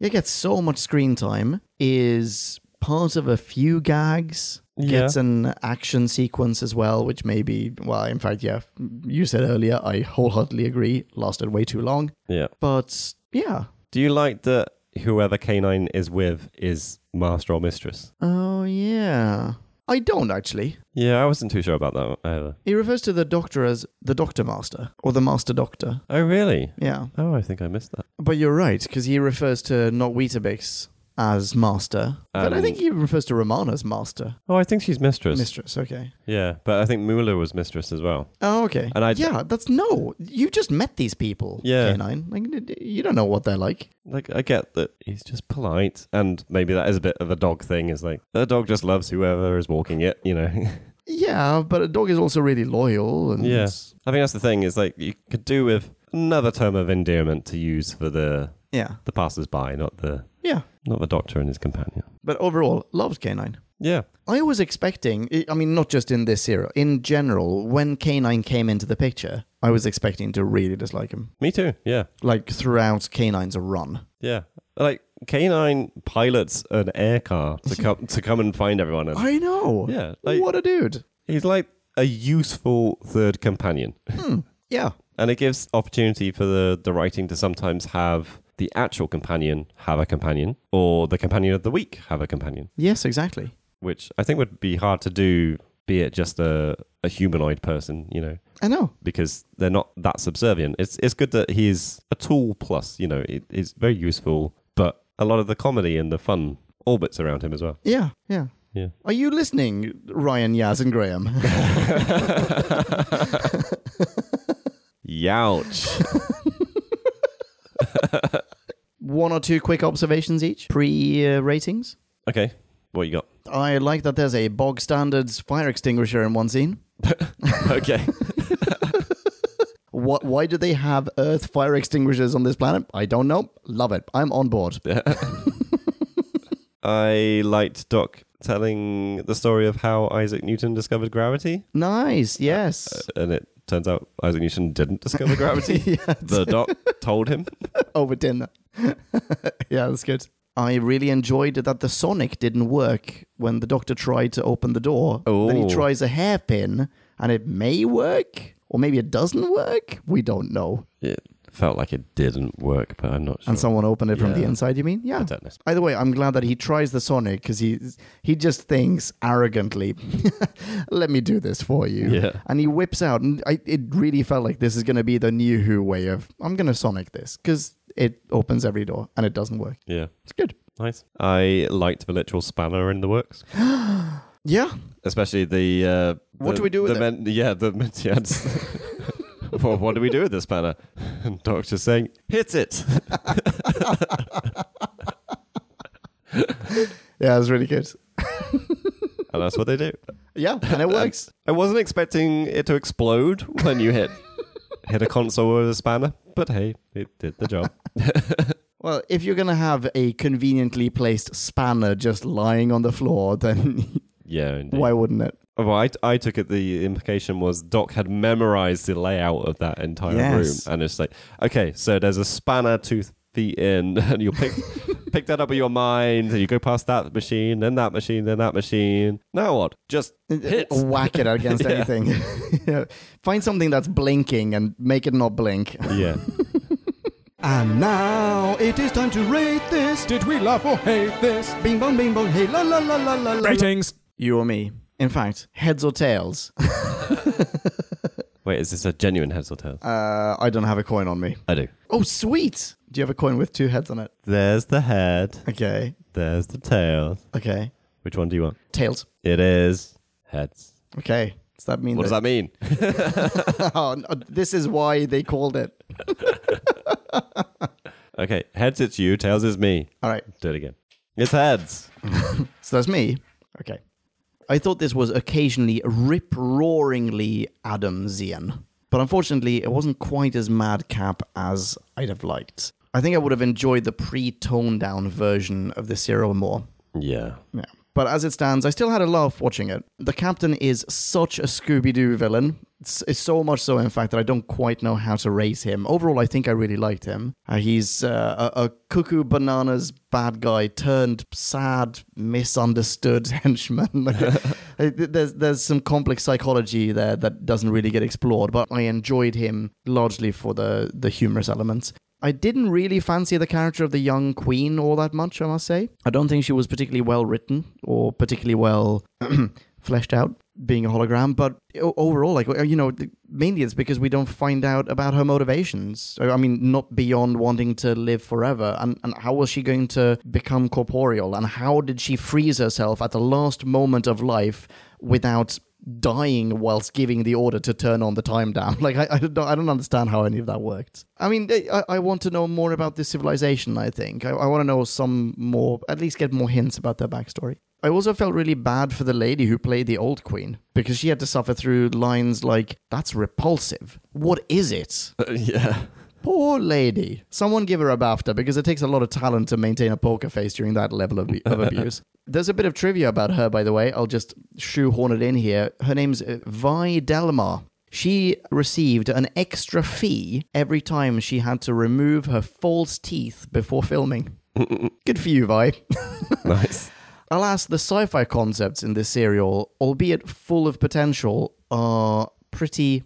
He gets so much screen time, is part of a few gags, Yeah. gets an action sequence as well, which maybe, well, in fact, yeah, you said earlier, I wholeheartedly agree, lasted way too long. yeah. But yeah. Do you like that whoever K9 is with is master or mistress? Oh, yeah. I don't actually. Yeah, I wasn't too sure about that either. He refers to the doctor as the doctor master or the master doctor. Oh, really? Yeah. Oh, I think I missed that. But you're right, because he refers to not Weetabix as master. but I Um, think he refers to Romana as master. Oh, I think she's mistress. Mistress, okay. yeah, but I think Mula was mistress as well. Oh, okay. And I- yeah, that's no. You just met these people, Yeah. Canine. Like, you don't know what they're like. Like, I get that he's just polite, and maybe that is a bit of a dog thing. Is like the dog just loves whoever is walking it, you know. Yeah, but a dog is also really loyal. And Yeah. I think that's the thing, is like you could do with another term of endearment to use for the Yeah. the passers by, not the Yeah. not the doctor and his companion. But overall, loved Canine. Yeah. I was expecting, I- I mean, not just in this era, in general, when Canine came into the picture, I was expecting to really dislike him. Me too. Yeah. Like, throughout Canine's run. Yeah. Like K9 pilots an air car to come to come and find everyone. And I know. Yeah, like- what a dude. he's like a useful third companion. Hmm. Yeah. And it gives opportunity for the, the writing to sometimes have the actual companion have a companion, or the companion of the week have a companion. Yes, exactly. Which I think would be hard to do, be it just a, a humanoid person, you know. I know. because they're not that subservient. It's it's good that he's a tool plus, you know, it, it's very useful, but a lot of the comedy and the fun orbits around him as well. Yeah, yeah. Yeah. Are you listening, Ryan, Yaz, and Graham? Youch. One or two quick observations each, pre uh, ratings. okay. What you got? I like that there's a bog standards fire extinguisher in one scene. Okay. What, why do they have Earth fire extinguishers on this planet? I don't know. Love it. I'm on board. I liked Doc telling the story of how Isaac Newton discovered gravity, Nice. Yes. and it turns out Isaac Newton didn't discover gravity. The Doc told him. Over dinner. yeah, that's good. I really enjoyed that the sonic didn't work when the doctor tried to open the door. Then he Oh. tries a hairpin, and it may work, or maybe it doesn't work. We don't know. It felt like it didn't work, but I'm not sure. And someone opened it from the Yeah. inside. You mean? Yeah. I don't know. Either way, I'm glad that he tries the Sonic because he he just thinks arrogantly, "Let me do this for you," Yeah. and he whips out. And I, it really felt like this is going to be the new Who way of I'm going to Sonic this because it opens every door and it doesn't work. Yeah. It's good. Nice. I liked the literal spanner in the works. Yeah, especially the uh, What the- do we do with the men- yeah the Mentiads. well, what do we do with this banner? And Doctor saying, "Hit it." yeah, it was really good. and that's what they do. Yeah, and it works. I wasn't expecting it to explode when you hit hit a console with a spanner, but hey, it did the job. Well, if you're going to have a conveniently placed spanner just lying on the floor, then Yeah, indeed. why wouldn't it? Well, I, I took it the implication was Doc had memorized the layout of that entire Yes. room, and it's like, okay, so there's a spanner two feet in, and you'll pick pick that up with your mind, and you go past that machine, then that machine, then that machine. Now what? Just hits. Whack it against anything. Yeah. Find something that's blinking and make it not blink. Yeah. And now it is time to rate this. Did we love or hate this? Bing bong, bing bong, hey la la la la la la. Ratings. You or me? In fact, heads or tails? Wait, is this a genuine heads or tails? Uh, I don't have a coin on me. I do. Oh, sweet! Do you have a coin with two heads on it? There's the head. Okay, There's the tail. okay. Which one do you want? Tails. It is heads. Okay. Does that mean What does that mean? Oh, no, this is why they called it. Okay, heads it's you, tails is me. All right. Do it again. It's heads. So that's me. Okay. I thought this was occasionally rip roaringly Adamsian, but unfortunately, it wasn't quite as madcap as I'd have liked. I think I would have enjoyed the pre toned down version of the serial more. Yeah. Yeah. But as it stands, I still had a laugh watching it. The captain is such a Scooby Doo villain. It's, it's so much so, in fact, that I don't quite know how to rate him. Overall, I think I really liked him. Uh, he's uh, a, a cuckoo bananas bad guy turned sad, misunderstood henchman. Uh, th- there's there's some complex psychology there that doesn't really get explored, but I enjoyed him largely for the the humorous elements. I didn't really fancy the character of the young queen all that much, I must say. I don't think she was particularly well written or particularly well fleshed out, being a hologram. But o- overall, like you know, th- mainly it's because we don't find out about her motivations. I I mean, not beyond wanting to live forever, and and how was she going to become corporeal, and how did she freeze herself at the last moment of life without dying whilst giving the order to turn on the time down. Like I, I don't, I don't understand how any of that worked. I mean, I, I want to know more about this civilization. I think I, I want to know some more, at least get more hints about their backstory. I also felt really bad for the lady who played the old queen because she had to suffer through lines like "That's repulsive. What is it?" yeah. Poor lady. Someone give her a BAFTA because it takes a lot of talent to maintain a poker face during that level of, of abuse. There's a bit of trivia about her, by the way. I'll just shoehorn it in here. Her name's uh, Vi Delmar. She received an extra fee every time she had to remove her false teeth before filming. Good for you, Vi. Nice. Alas, the sci fi concepts in this serial, albeit full of potential, are pretty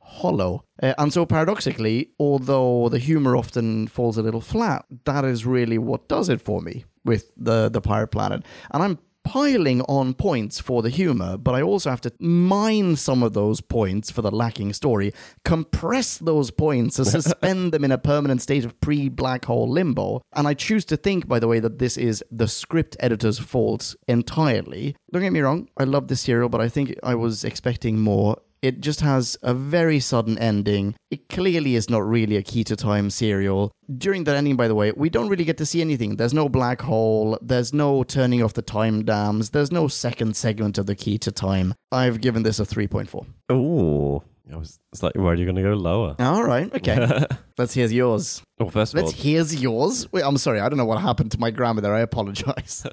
hollow. Uh, and so, paradoxically, although the humor often falls a little flat, that is really what does it for me with the, the Pirate Planet. And I'm piling on points for the humor, but I also have to mine some of those points for the lacking story, compress those points and suspend them in a permanent state of pre black hole limbo. And I choose to think, by the way, that this is the script editor's fault entirely. Don't get me wrong, I love this serial, but I think I was expecting more. It just has a very sudden ending. It clearly is not really a key to time serial. During that ending, by the way, we don't really get to see anything. There's no black hole, there's no turning off the time dams, there's no second segment of the key to time. I've given this a 3.4. Ooh. I was slightly worried you're going to go lower. All right, okay. Let's hear yours. Well, first of all, Let's hear yours. Wait, I'm sorry, I don't know what happened to my grammar there. I apologize.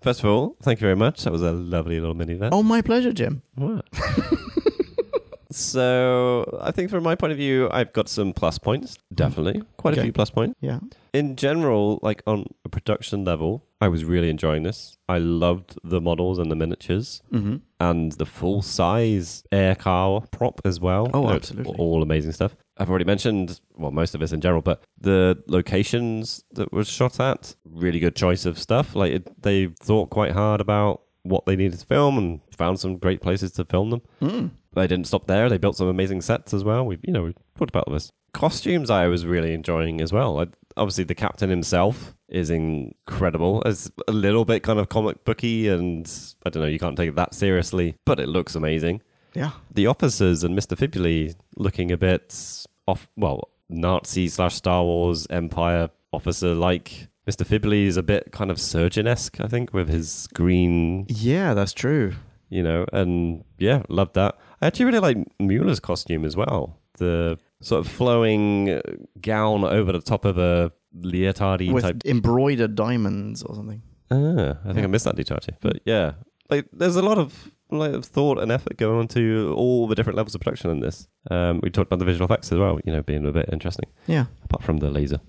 first of all, thank you very much. That was a lovely little mini there. oh, my pleasure, Jim. What? so I think from my point of view, I've got some plus points. Definitely. Quite a Okay. few plus points. Yeah. In general, like on a production level, I was really enjoying this. I loved the models and the miniatures Mm-hmm. and the full size air car prop as well. Oh, You know, absolutely. All amazing stuff. I've already mentioned, well, most of us in general, but the locations that was shot at, really good choice of stuff. Like it, they thought quite hard about what they needed to film and found some great places to film them. Hmm. They didn't stop there. They built some amazing sets as well. We, you know, we talked about this. Costumes I was really enjoying as well. I, obviously, the captain himself is incredible. It's a little bit kind of comic booky, and I don't know, you can't take it that seriously, but it looks amazing. Yeah. The officers and Mr. Fibuli looking a bit off, well, Nazi slash Star Wars Empire officer like. Mr. Fibuli is a bit kind of surgeon esque, I think, with his green Yeah, that's true. you know, and yeah, loved that. I actually really like Mueller's costume as well. The sort of flowing uh, gown over the top of a leotardy With type. embroidered diamonds or something. Ah, I think I missed that detail actually. But yeah, like there's a lot of like of thought and effort going on to all the different levels of production in this. Um, we talked about the visual effects as well, you know, being a bit interesting Yeah. apart from the laser.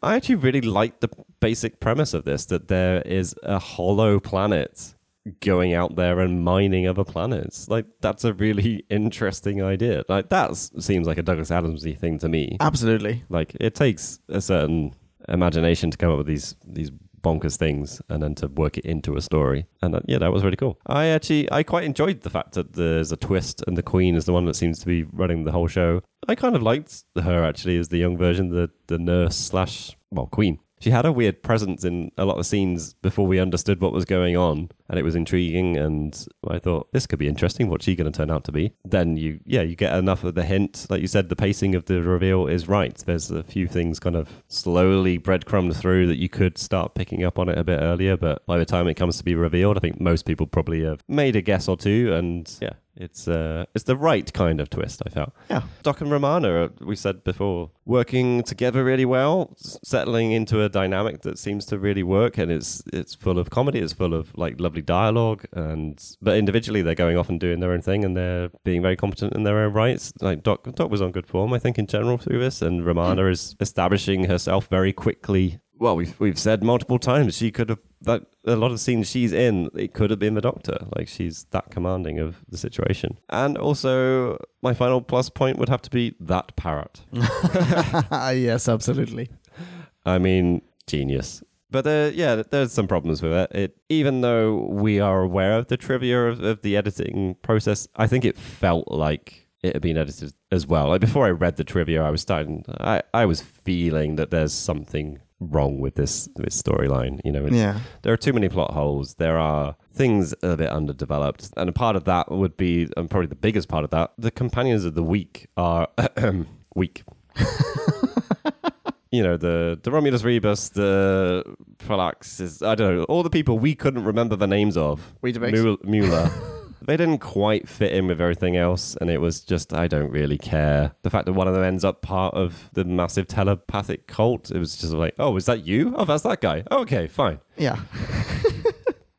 I actually really like the basic premise of this that there is a hollow planet going out there and mining other planets. Like that's a really interesting idea. Like that s- seems like a Douglas Adamsy thing to me. Absolutely. Like it takes a certain imagination to come up with these these bonkers things and then to work it into a story. And uh, yeah, that was really cool. I actually I quite enjoyed the fact that there's a twist and the queen is the one that seems to be running the whole show. I kind of liked her actually as the young version, the the nurse slash well queen. She had a weird presence in a lot of scenes before we understood what was going on, and it was intriguing. And I thought this could be interesting. What's she going to turn out to be? Then you, yeah, you get enough of the hint. Like you said, the pacing of the reveal is right. There's a few things kind of slowly breadcrumbed through that you could start picking up on it a bit earlier. But by the time it comes to be revealed, I think most people probably have made a guess or two. And yeah, it's uh, it's the right kind of twist. I felt. Yeah. Doc and Romana, uh, we said before, working together really well, s- settling into a dynamic that seems to really work, and it's it's full of comedy, it's full of like lovely dialogue, and but individually they're going off and doing their own thing, and they're being very competent in their own rights. Like Doc, Doc was on good form, I think, in general through this, and Romana is establishing herself very quickly. Well, we've we've said multiple times she could have that a lot of scenes she's in, it could have been the Doctor. Like she's that commanding of the situation. And also, my final plus point would have to be that parrot. yes, absolutely. I mean, genius. But uh, yeah, there's some problems with it. it. Even though we are aware of the trivia of, of the editing process, I think it felt like it had been edited as well. Like before I read the trivia, I was starting. I, I was feeling that there's something wrong with this this storyline. You know, it's, Yeah. there are too many plot holes. There are things a bit underdeveloped, and a part of that would be, and probably the biggest part of that, the companions of the week are weak you know the the Romulus Rebus, the Phalanx is I don't know all the people we couldn't remember the names of. Weetabix. Mul- Mueller. they didn't quite fit in with everything else, and it was just I don't really care. The fact that one of them ends up part of the massive telepathic cult, it was just like, oh, is that you? Oh, that's that guy. Okay, fine Yeah.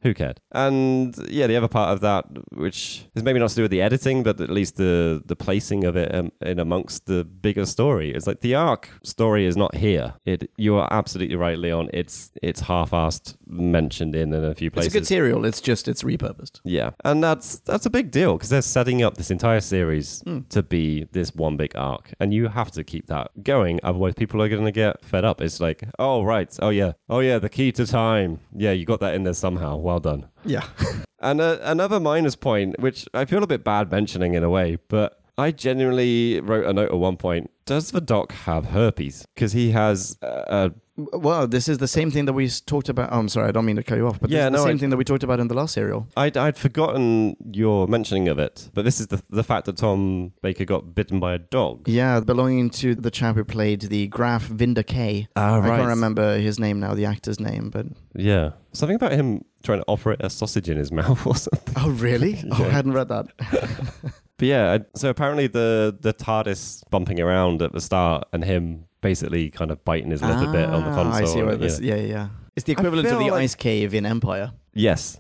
who cared? And yeah, the other part of that, which is maybe not to do with the editing, but at least the the placing of it um, in amongst the bigger story. It's like the arc story is not here. It you are absolutely right, Leon. It's it's half-assed mentioned in in a few It's places. a good serial. It's just it's repurposed. Yeah, and that's that's a big deal because they're setting up this entire series Hmm. to be this one big arc, and you have to keep that going, otherwise people are going to get fed up. It's like, oh right, oh yeah, oh yeah, the key to time. Yeah, you got that in there somehow. Well done. Yeah. And uh, another minus point, which I feel a bit bad mentioning in a way, but I genuinely wrote a note at one point. Does the doc have herpes? Because he has. Uh, uh, Well, this is the same thing that we s- talked about. Oh, I'm sorry, I don't mean to cut you off, but this Yeah, is no, the same I- thing that we talked about in the last serial. I'd, I'd forgotten your mentioning of it, but this is the, the fact that Tom Baker got bitten by a dog. Yeah, belonging to the chap who played the Graf Vinder K. Ah, I right. can't remember his name now, the actor's name, but Yeah. Something about him trying to operate a sausage in his mouth or something. oh really? Oh, I hadn't read that. But yeah, I, so apparently the, the TARDIS bumping around at the start and him basically kind of biting his lip a bit on the Ah, console. I see and- where this. yeah. Yeah, yeah. yeah. It's the equivalent to feel the like- ice cave in Empire. Yes,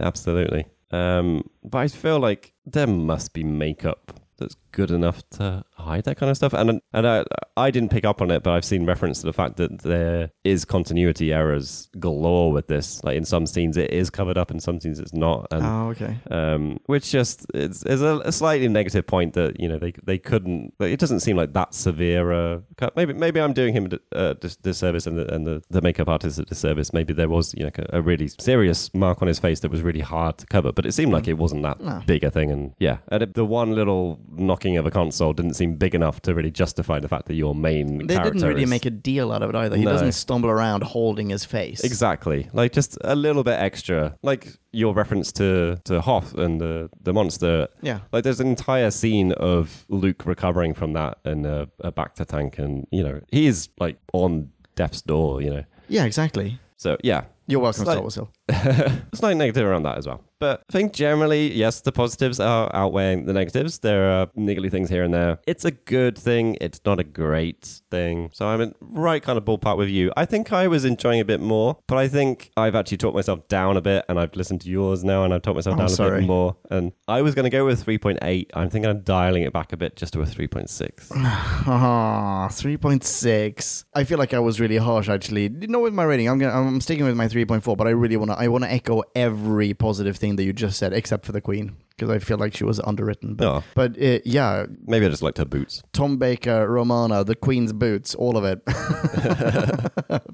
absolutely. Um, but I feel like there must be makeup that's good enough to hide that kind of stuff. And and I, I didn't pick up on it, but I've seen reference to the fact that there is continuity errors galore with this. Like in some scenes it is covered up, in some scenes it's not. And Oh, okay. um, which just it's, it's a, a slightly negative point that you know they they couldn't. like, It doesn't seem like that severe. A cut. Maybe maybe I'm doing him a di- uh, dis- disservice and the, and the, the makeup artist a disservice. Maybe there was you know a really serious mark on his face that was really hard to cover, but it seemed like it wasn't that Mm. No. big a thing. And yeah, and it, the one little knocking of a console didn't seem big enough to really justify the fact that your main They character didn't really is- make a deal out of it either. He No. doesn't stumble around holding his face. Exactly. Like just a little bit extra. Like your reference to to Hoth and the the monster. Yeah. Like there's an entire scene of Luke recovering from that in a, a back to tank and you know, he is like on death's door, you know. Yeah, exactly. So yeah. You're welcome, Slight- Star Wars Hill. It's like negative around that as well. But I think generally, yes, the positives are outweighing the negatives. There are niggly things here and there. It's a good thing. It's not a great thing. So I'm in right kind of ballpark with you. I think I was enjoying a bit more, but I think I've actually talked myself down a bit, and I've listened to yours now, and I've talked myself Oh, down a sorry. bit more. And I was going to go with 3.8. I'm thinking I'm dialing it back a bit just to a 3.6. Ah, 3.6. I feel like I was really harsh actually. Not with my rating. I'm gonna I'm sticking with my 3.4, but I really want to I want to echo every positive thing that you just said except for the queen because I feel like she was underwritten. But, Oh. but uh, yeah, Maybe I just liked her boots. Tom Baker, Romana, the Queen's boots, all of it.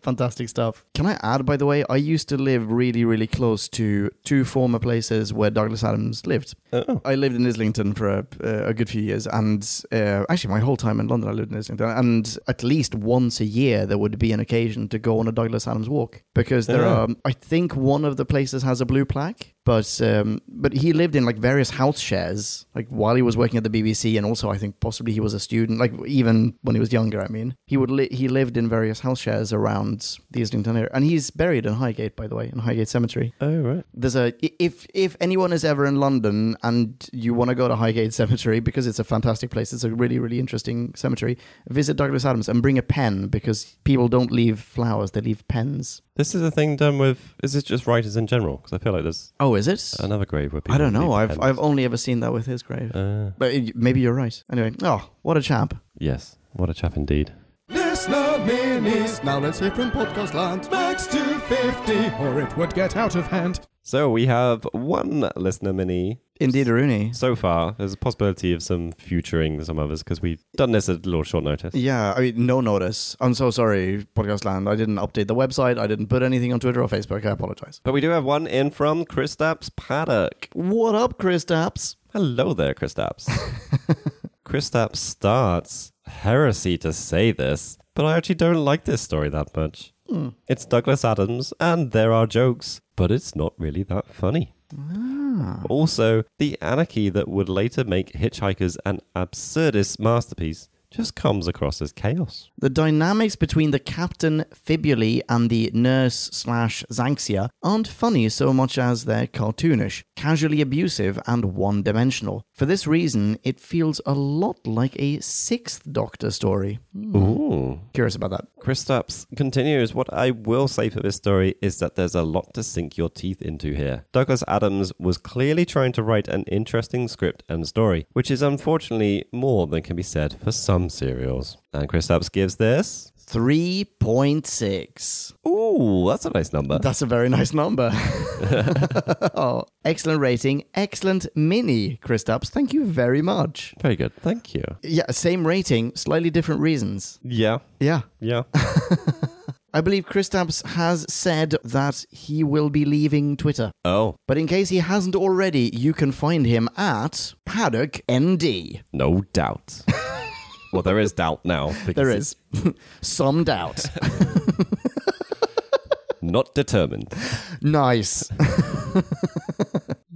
Fantastic stuff. Can I add, by the way, I used to live really, really close to two former places where Douglas Adams lived. Oh. I lived in Islington for a, uh, a good few years, and uh, actually, my whole time in London, I lived in Islington. And at least once a year, there would be an occasion to go on a Douglas Adams walk because there Yeah. are. I think one of the places has a blue plaque, but um, but he lived in like various house shares, like while he was working at the BBC, and also I think possibly he was a student, like even when he was younger. I mean, he would li- he lived in various house shares around the Islington area, and he's buried in Highgate, by the way, in Highgate Cemetery Oh, right. there's a i- if if anyone is ever in London and you want to go to Highgate Cemetery because it's a fantastic place, it's a really really interesting cemetery. Visit Douglas Adams and bring a pen because people don't leave flowers; they leave pens. This is a thing done with. Is this just writers in general? Because I feel like there's Oh, is it? another grave where people. I don't know. leave I've pens. I've only ever seen that with his grave. Uh, but it- maybe you're right. Anyway, oh, what a champ! yes. What a chap indeed. Listener minis. Now let's hear from podcast land. Max 250, or it would get out of hand. So we have one listener mini Indeed, Rooney. so far. There's a possibility of some futuring some others because we've done this at a little short notice. Yeah, I mean, no notice. I'm so sorry, Podcast Land. I didn't update the website. I didn't put anything on Twitter or Facebook. I apologize. But we do have one in from Kristaps Paddock. What up, Chris Taps? Hello there, Kristaps. Kristaps starts heresy to say this, but I actually don't like this story that much. Hmm. It's Douglas Adams, and there are jokes, but it's not really that funny. Ah. Also, the anarchy that would later make Hitchhikers an absurdist masterpiece just comes across as chaos. The dynamics between the captain Fibuli and the nurse slash Zanxia aren't funny so much as they're cartoonish, casually abusive, and one dimensional. For this reason, it feels a lot like a sixth Doctor story. Hmm, Ooh. Curious about that. Kristaps continues. What I will say for this story is that there's a lot to sink your teeth into here. Douglas Adams was clearly trying to write an interesting script and story, which is unfortunately more than can be said for some serials. And Kristaps gives this. 3.6. Ooh, that's a nice number. That's a very nice number. oh, excellent rating, excellent mini, Kristaps. Thank you very much. Very good. Thank you. Yeah, same rating, slightly different reasons. Yeah. Yeah. Yeah. I believe Kristaps has said that he will be leaving Twitter. oh, But in case he hasn't already, you can find him at Paddock ND. no doubt. well, there is doubt now. because There it's is some doubt. Not determined. nice.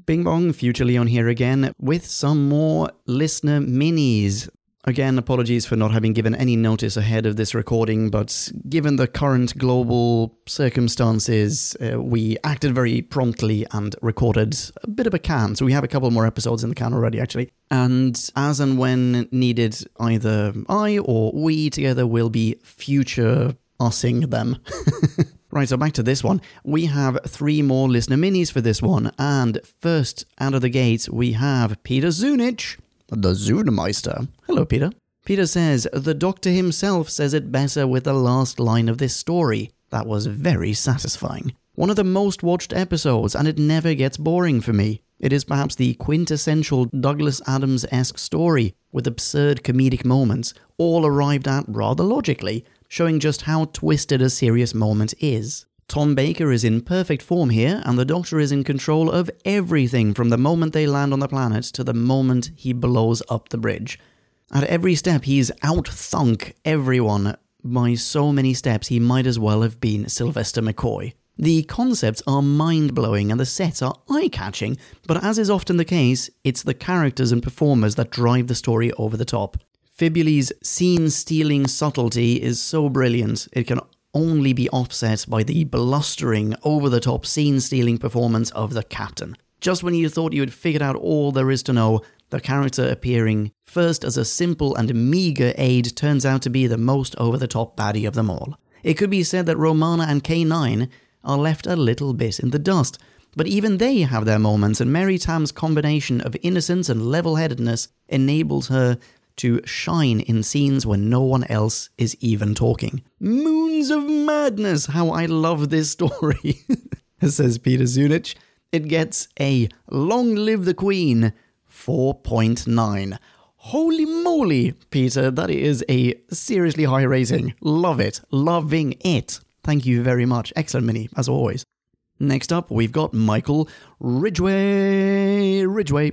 Bing Bong, Future Leon here again with some more listener minis. Again, apologies for not having given any notice ahead of this recording, but given the current global circumstances, uh, we acted very promptly and recorded a bit of a can. So we have a couple more episodes in the can already, actually. And as and when needed, either I or we together will be future ussing them. Right, so back to this one. We have three more listener minis for this one. And first out of the gate, we have Peter Zunich, the Zunemeister. Hello, Peter. Peter says, The doctor himself says it better with the last line of this story. That was very satisfying. One of the most watched episodes, and it never gets boring for me. It is perhaps the quintessential Douglas Adams esque story, with absurd comedic moments, all arrived at rather logically, showing just how twisted a serious moment is. Tom Baker is in perfect form here, and the Doctor is in control of everything from the moment they land on the planet to the moment he blows up the bridge. At every step, he's out thunk everyone by so many steps, he might as well have been Sylvester McCoy. The concepts are mind blowing and the sets are eye catching, but as is often the case, it's the characters and performers that drive the story over the top. Fibuli's scene stealing subtlety is so brilliant, it can only be offset by the blustering, over the top, scene stealing performance of the captain. Just when you thought you had figured out all there is to know, the character appearing first as a simple and meagre aide turns out to be the most over the top baddie of them all. It could be said that Romana and K9 are left a little bit in the dust, but even they have their moments, and Mary Tam's combination of innocence and level headedness enables her to shine in scenes when no one else is even talking. Moons of madness! How I love this story, says Peter Zunich. It gets a long live the queen 4.9. Holy moly, Peter, that is a seriously high rating. Love it. Loving it. Thank you very much. Excellent, Mini, as always. Next up, we've got Michael Ridgway. Ridgway.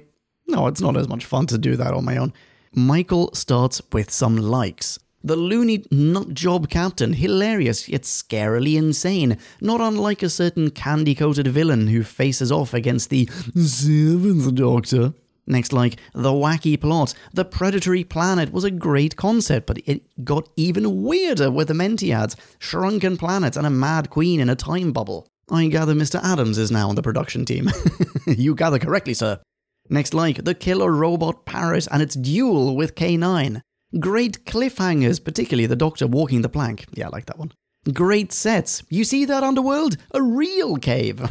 No, it's not as much fun to do that on my own. Michael starts with some likes. The loony nutjob captain, hilarious yet scarily insane, not unlike a certain candy coated villain who faces off against the Seventh Doctor. Next, like the wacky plot, the predatory planet was a great concept, but it got even weirder with the Mentiads, shrunken planets, and a mad queen in a time bubble. I gather Mr. Adams is now on the production team. you gather correctly, sir. Next, like the killer robot Paris and its duel with K9. Great cliffhangers, particularly the Doctor walking the plank. Yeah, I like that one. Great sets. You see that underworld? A real cave.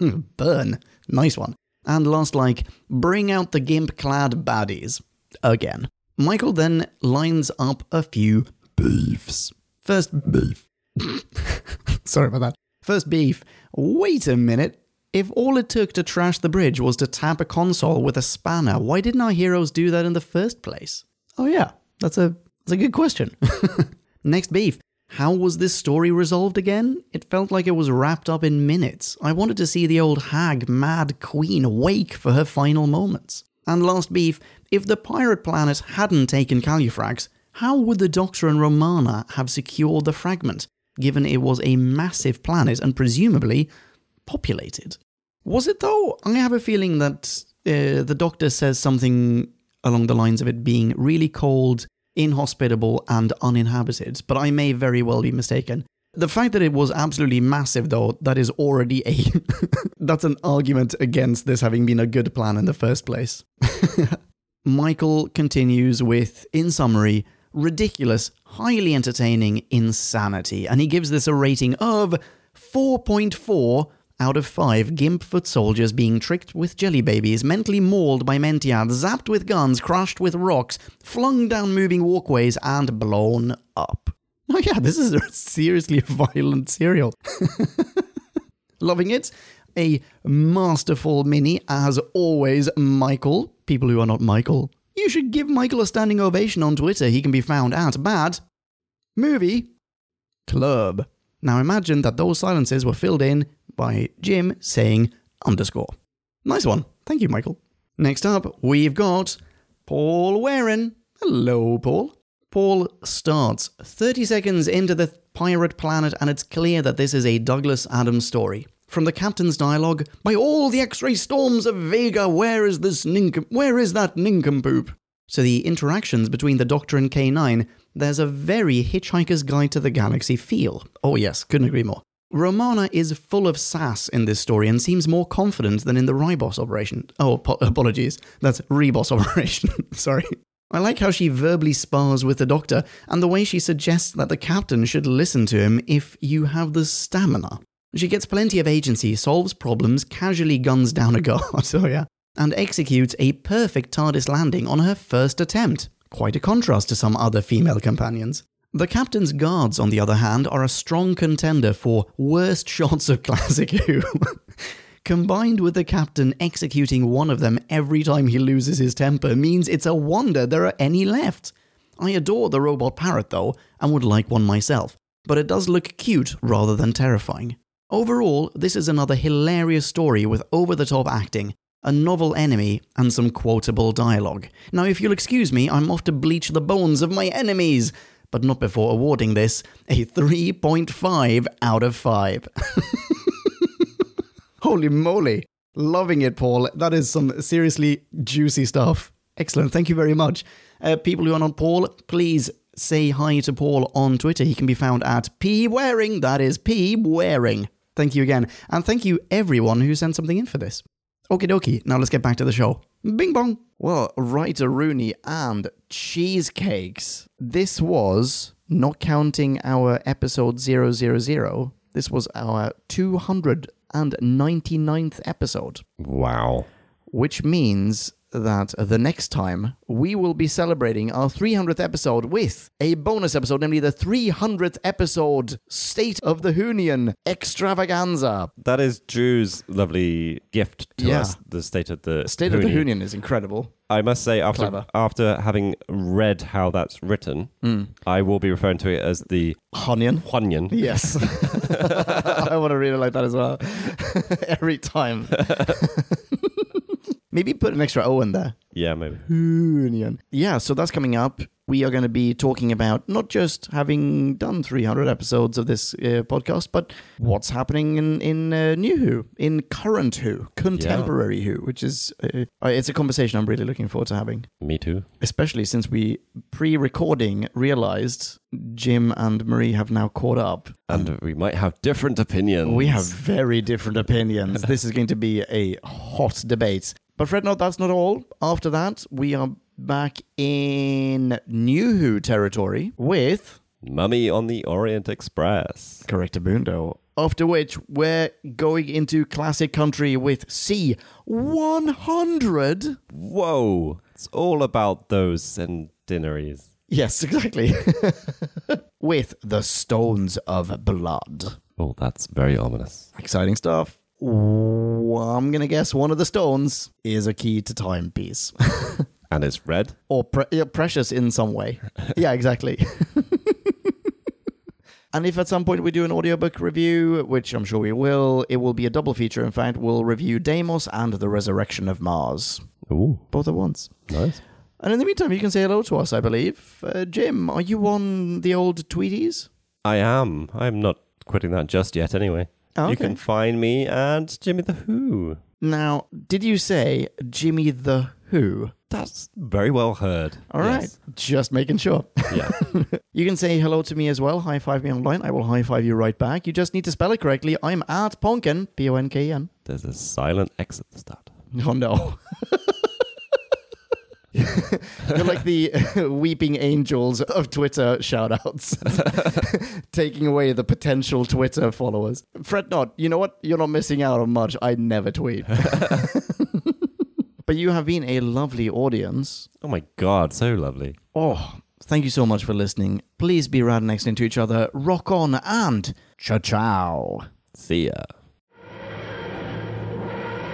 Burn. Nice one. And last, like, bring out the gimp clad baddies. Again. Michael then lines up a few beefs. First beef. Sorry about that. First beef. Wait a minute. If all it took to trash the bridge was to tap a console with a spanner, why didn't our heroes do that in the first place? Oh yeah, that's a that's a good question. Next beef. How was this story resolved again? It felt like it was wrapped up in minutes. I wanted to see the old hag mad queen wake for her final moments. And last beef, if the pirate planet hadn't taken Califrax, how would the Doctor and Romana have secured the fragment, given it was a massive planet and presumably populated. Was it though? I have a feeling that uh, the doctor says something along the lines of it being really cold, inhospitable, and uninhabited, but I may very well be mistaken. The fact that it was absolutely massive, though, that is already a that's an argument against this having been a good plan in the first place. Michael continues with, in summary, ridiculous, highly entertaining insanity, and he gives this a rating of 4.4 out of 5 gimp foot soldiers being tricked with jelly babies, mentally mauled by mentiads, zapped with guns, crushed with rocks, flung down moving walkways, and blown up. Oh, yeah, this is a seriously violent serial. Loving it. A masterful mini, as always, Michael. People who are not Michael. You should give Michael a standing ovation on Twitter. He can be found at Bad Movie Club. Now imagine that those silences were filled in by Jim saying underscore. Nice one. Thank you, Michael. Next up, we've got Paul Warren. Hello, Paul. Paul starts 30 seconds into the pirate planet, and it's clear that this is a Douglas Adams story. From the captain's dialogue, by all the X-ray storms of Vega, where is this nincom? Where is that nincompoop? So the interactions between the Doctor and K9, there's a very Hitchhiker's Guide to the Galaxy feel. Oh yes, couldn't agree more. Romana is full of sass in this story and seems more confident than in the Ribos operation. Oh, po- apologies. That's Rebos operation. Sorry. I like how she verbally spars with the doctor and the way she suggests that the captain should listen to him if you have the stamina. She gets plenty of agency, solves problems, casually guns down a guard. oh, yeah. And executes a perfect TARDIS landing on her first attempt. Quite a contrast to some other female companions. The captain's guards, on the other hand, are a strong contender for worst shots of Classic Who. Combined with the captain executing one of them every time he loses his temper means it's a wonder there are any left. I adore the robot parrot though, and would like one myself, but it does look cute rather than terrifying. Overall, this is another hilarious story with over the top acting, a novel enemy, and some quotable dialogue. Now, if you'll excuse me, I'm off to bleach the bones of my enemies but not before awarding this a 3.5 out of 5. Holy moly. Loving it, Paul. That is some seriously juicy stuff. Excellent. Thank you very much. Uh, people who are not Paul, please say hi to Paul on Twitter. He can be found at P Waring. That is P Waring. Thank you again. And thank you everyone who sent something in for this. Okie dokie. Now let's get back to the show. Bing bong. Well, Writer Rooney and Cheesecakes. This was, not counting our episode 000, this was our 299th episode, Wow. which means that the next time we will be celebrating our 300th episode with a bonus episode, namely the 300th episode State of the Hoonian Extravaganza. That is Drew's lovely gift to Yeah. us, the state of the State of the Hoonian is incredible. I must say, after Clever. after having read how that's written, Hmm. I will be referring to it as the Hunian. Huanyan. Yes. I want to read it like that as well. Every time. Maybe put an extra O in there. Yeah, maybe. Union. Yeah, so that's coming up. We are going to be talking about not just having done 300 episodes of this uh, podcast, but what's happening in, in uh, New Who, in current Who, contemporary Who, which is, uh, uh, it's a conversation I'm really looking forward to having Me too. especially since we pre-recording realized Jim and Marie have now caught up. And we might have different opinions. Um, We have very different opinions. this is going to be a hot debate. But Fred, no, that's not all. After that, we are back in New Who territory with Mummy on the Orient Express. Correctamundo. After which, we're going into classic country with C100. Whoa. It's all about those centenaries. Yes, exactly. with the Stones of Blood. Oh, that's very ominous. Exciting stuff. Ooh, I'm going to guess one of the stones is a key to time piece And it's red. or pre- yeah, precious in some way. Yeah, exactly. and if at some point we do an audiobook review, which I'm sure we will, it will be a double feature. In fact, we'll review Deimos and The Resurrection of Mars, Ooh, both at once. nice. And in the meantime, you can say hello to us, I believe. Uh, Jim, are you on the old Tweeties? I am. I'm not quitting that just yet, anyway. Oh, You okay. can find me and Jimmy the Who. Now, did you say Jimmy the Who? That's very well heard. All right, just making sure. Yeah. You can say hello to me as well. High five me online. I will high five you right back. You just need to spell it correctly. I'm at Ponken, P O N K E N. There's a silent X at the start. Oh no. You're like the weeping angels of Twitter shoutouts, taking away the potential Twitter followers. Fret not. You know what? You're not missing out on much. I never tweet. but you have been a lovely audience. Oh my god, so lovely. Oh, thank you so much for listening. Please be rad and excellent to each other. Rock on and ciao ciao. See ya.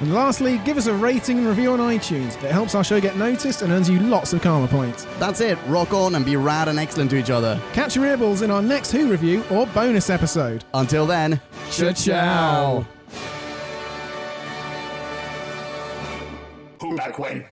And lastly, give us a rating and review on iTunes. It helps our show get noticed and earns you lots of karma points. That's it, rock on and be rad and excellent to each other. Catch your earballs in our next Who review or bonus episode. Until then, Cha-chao. Who back when?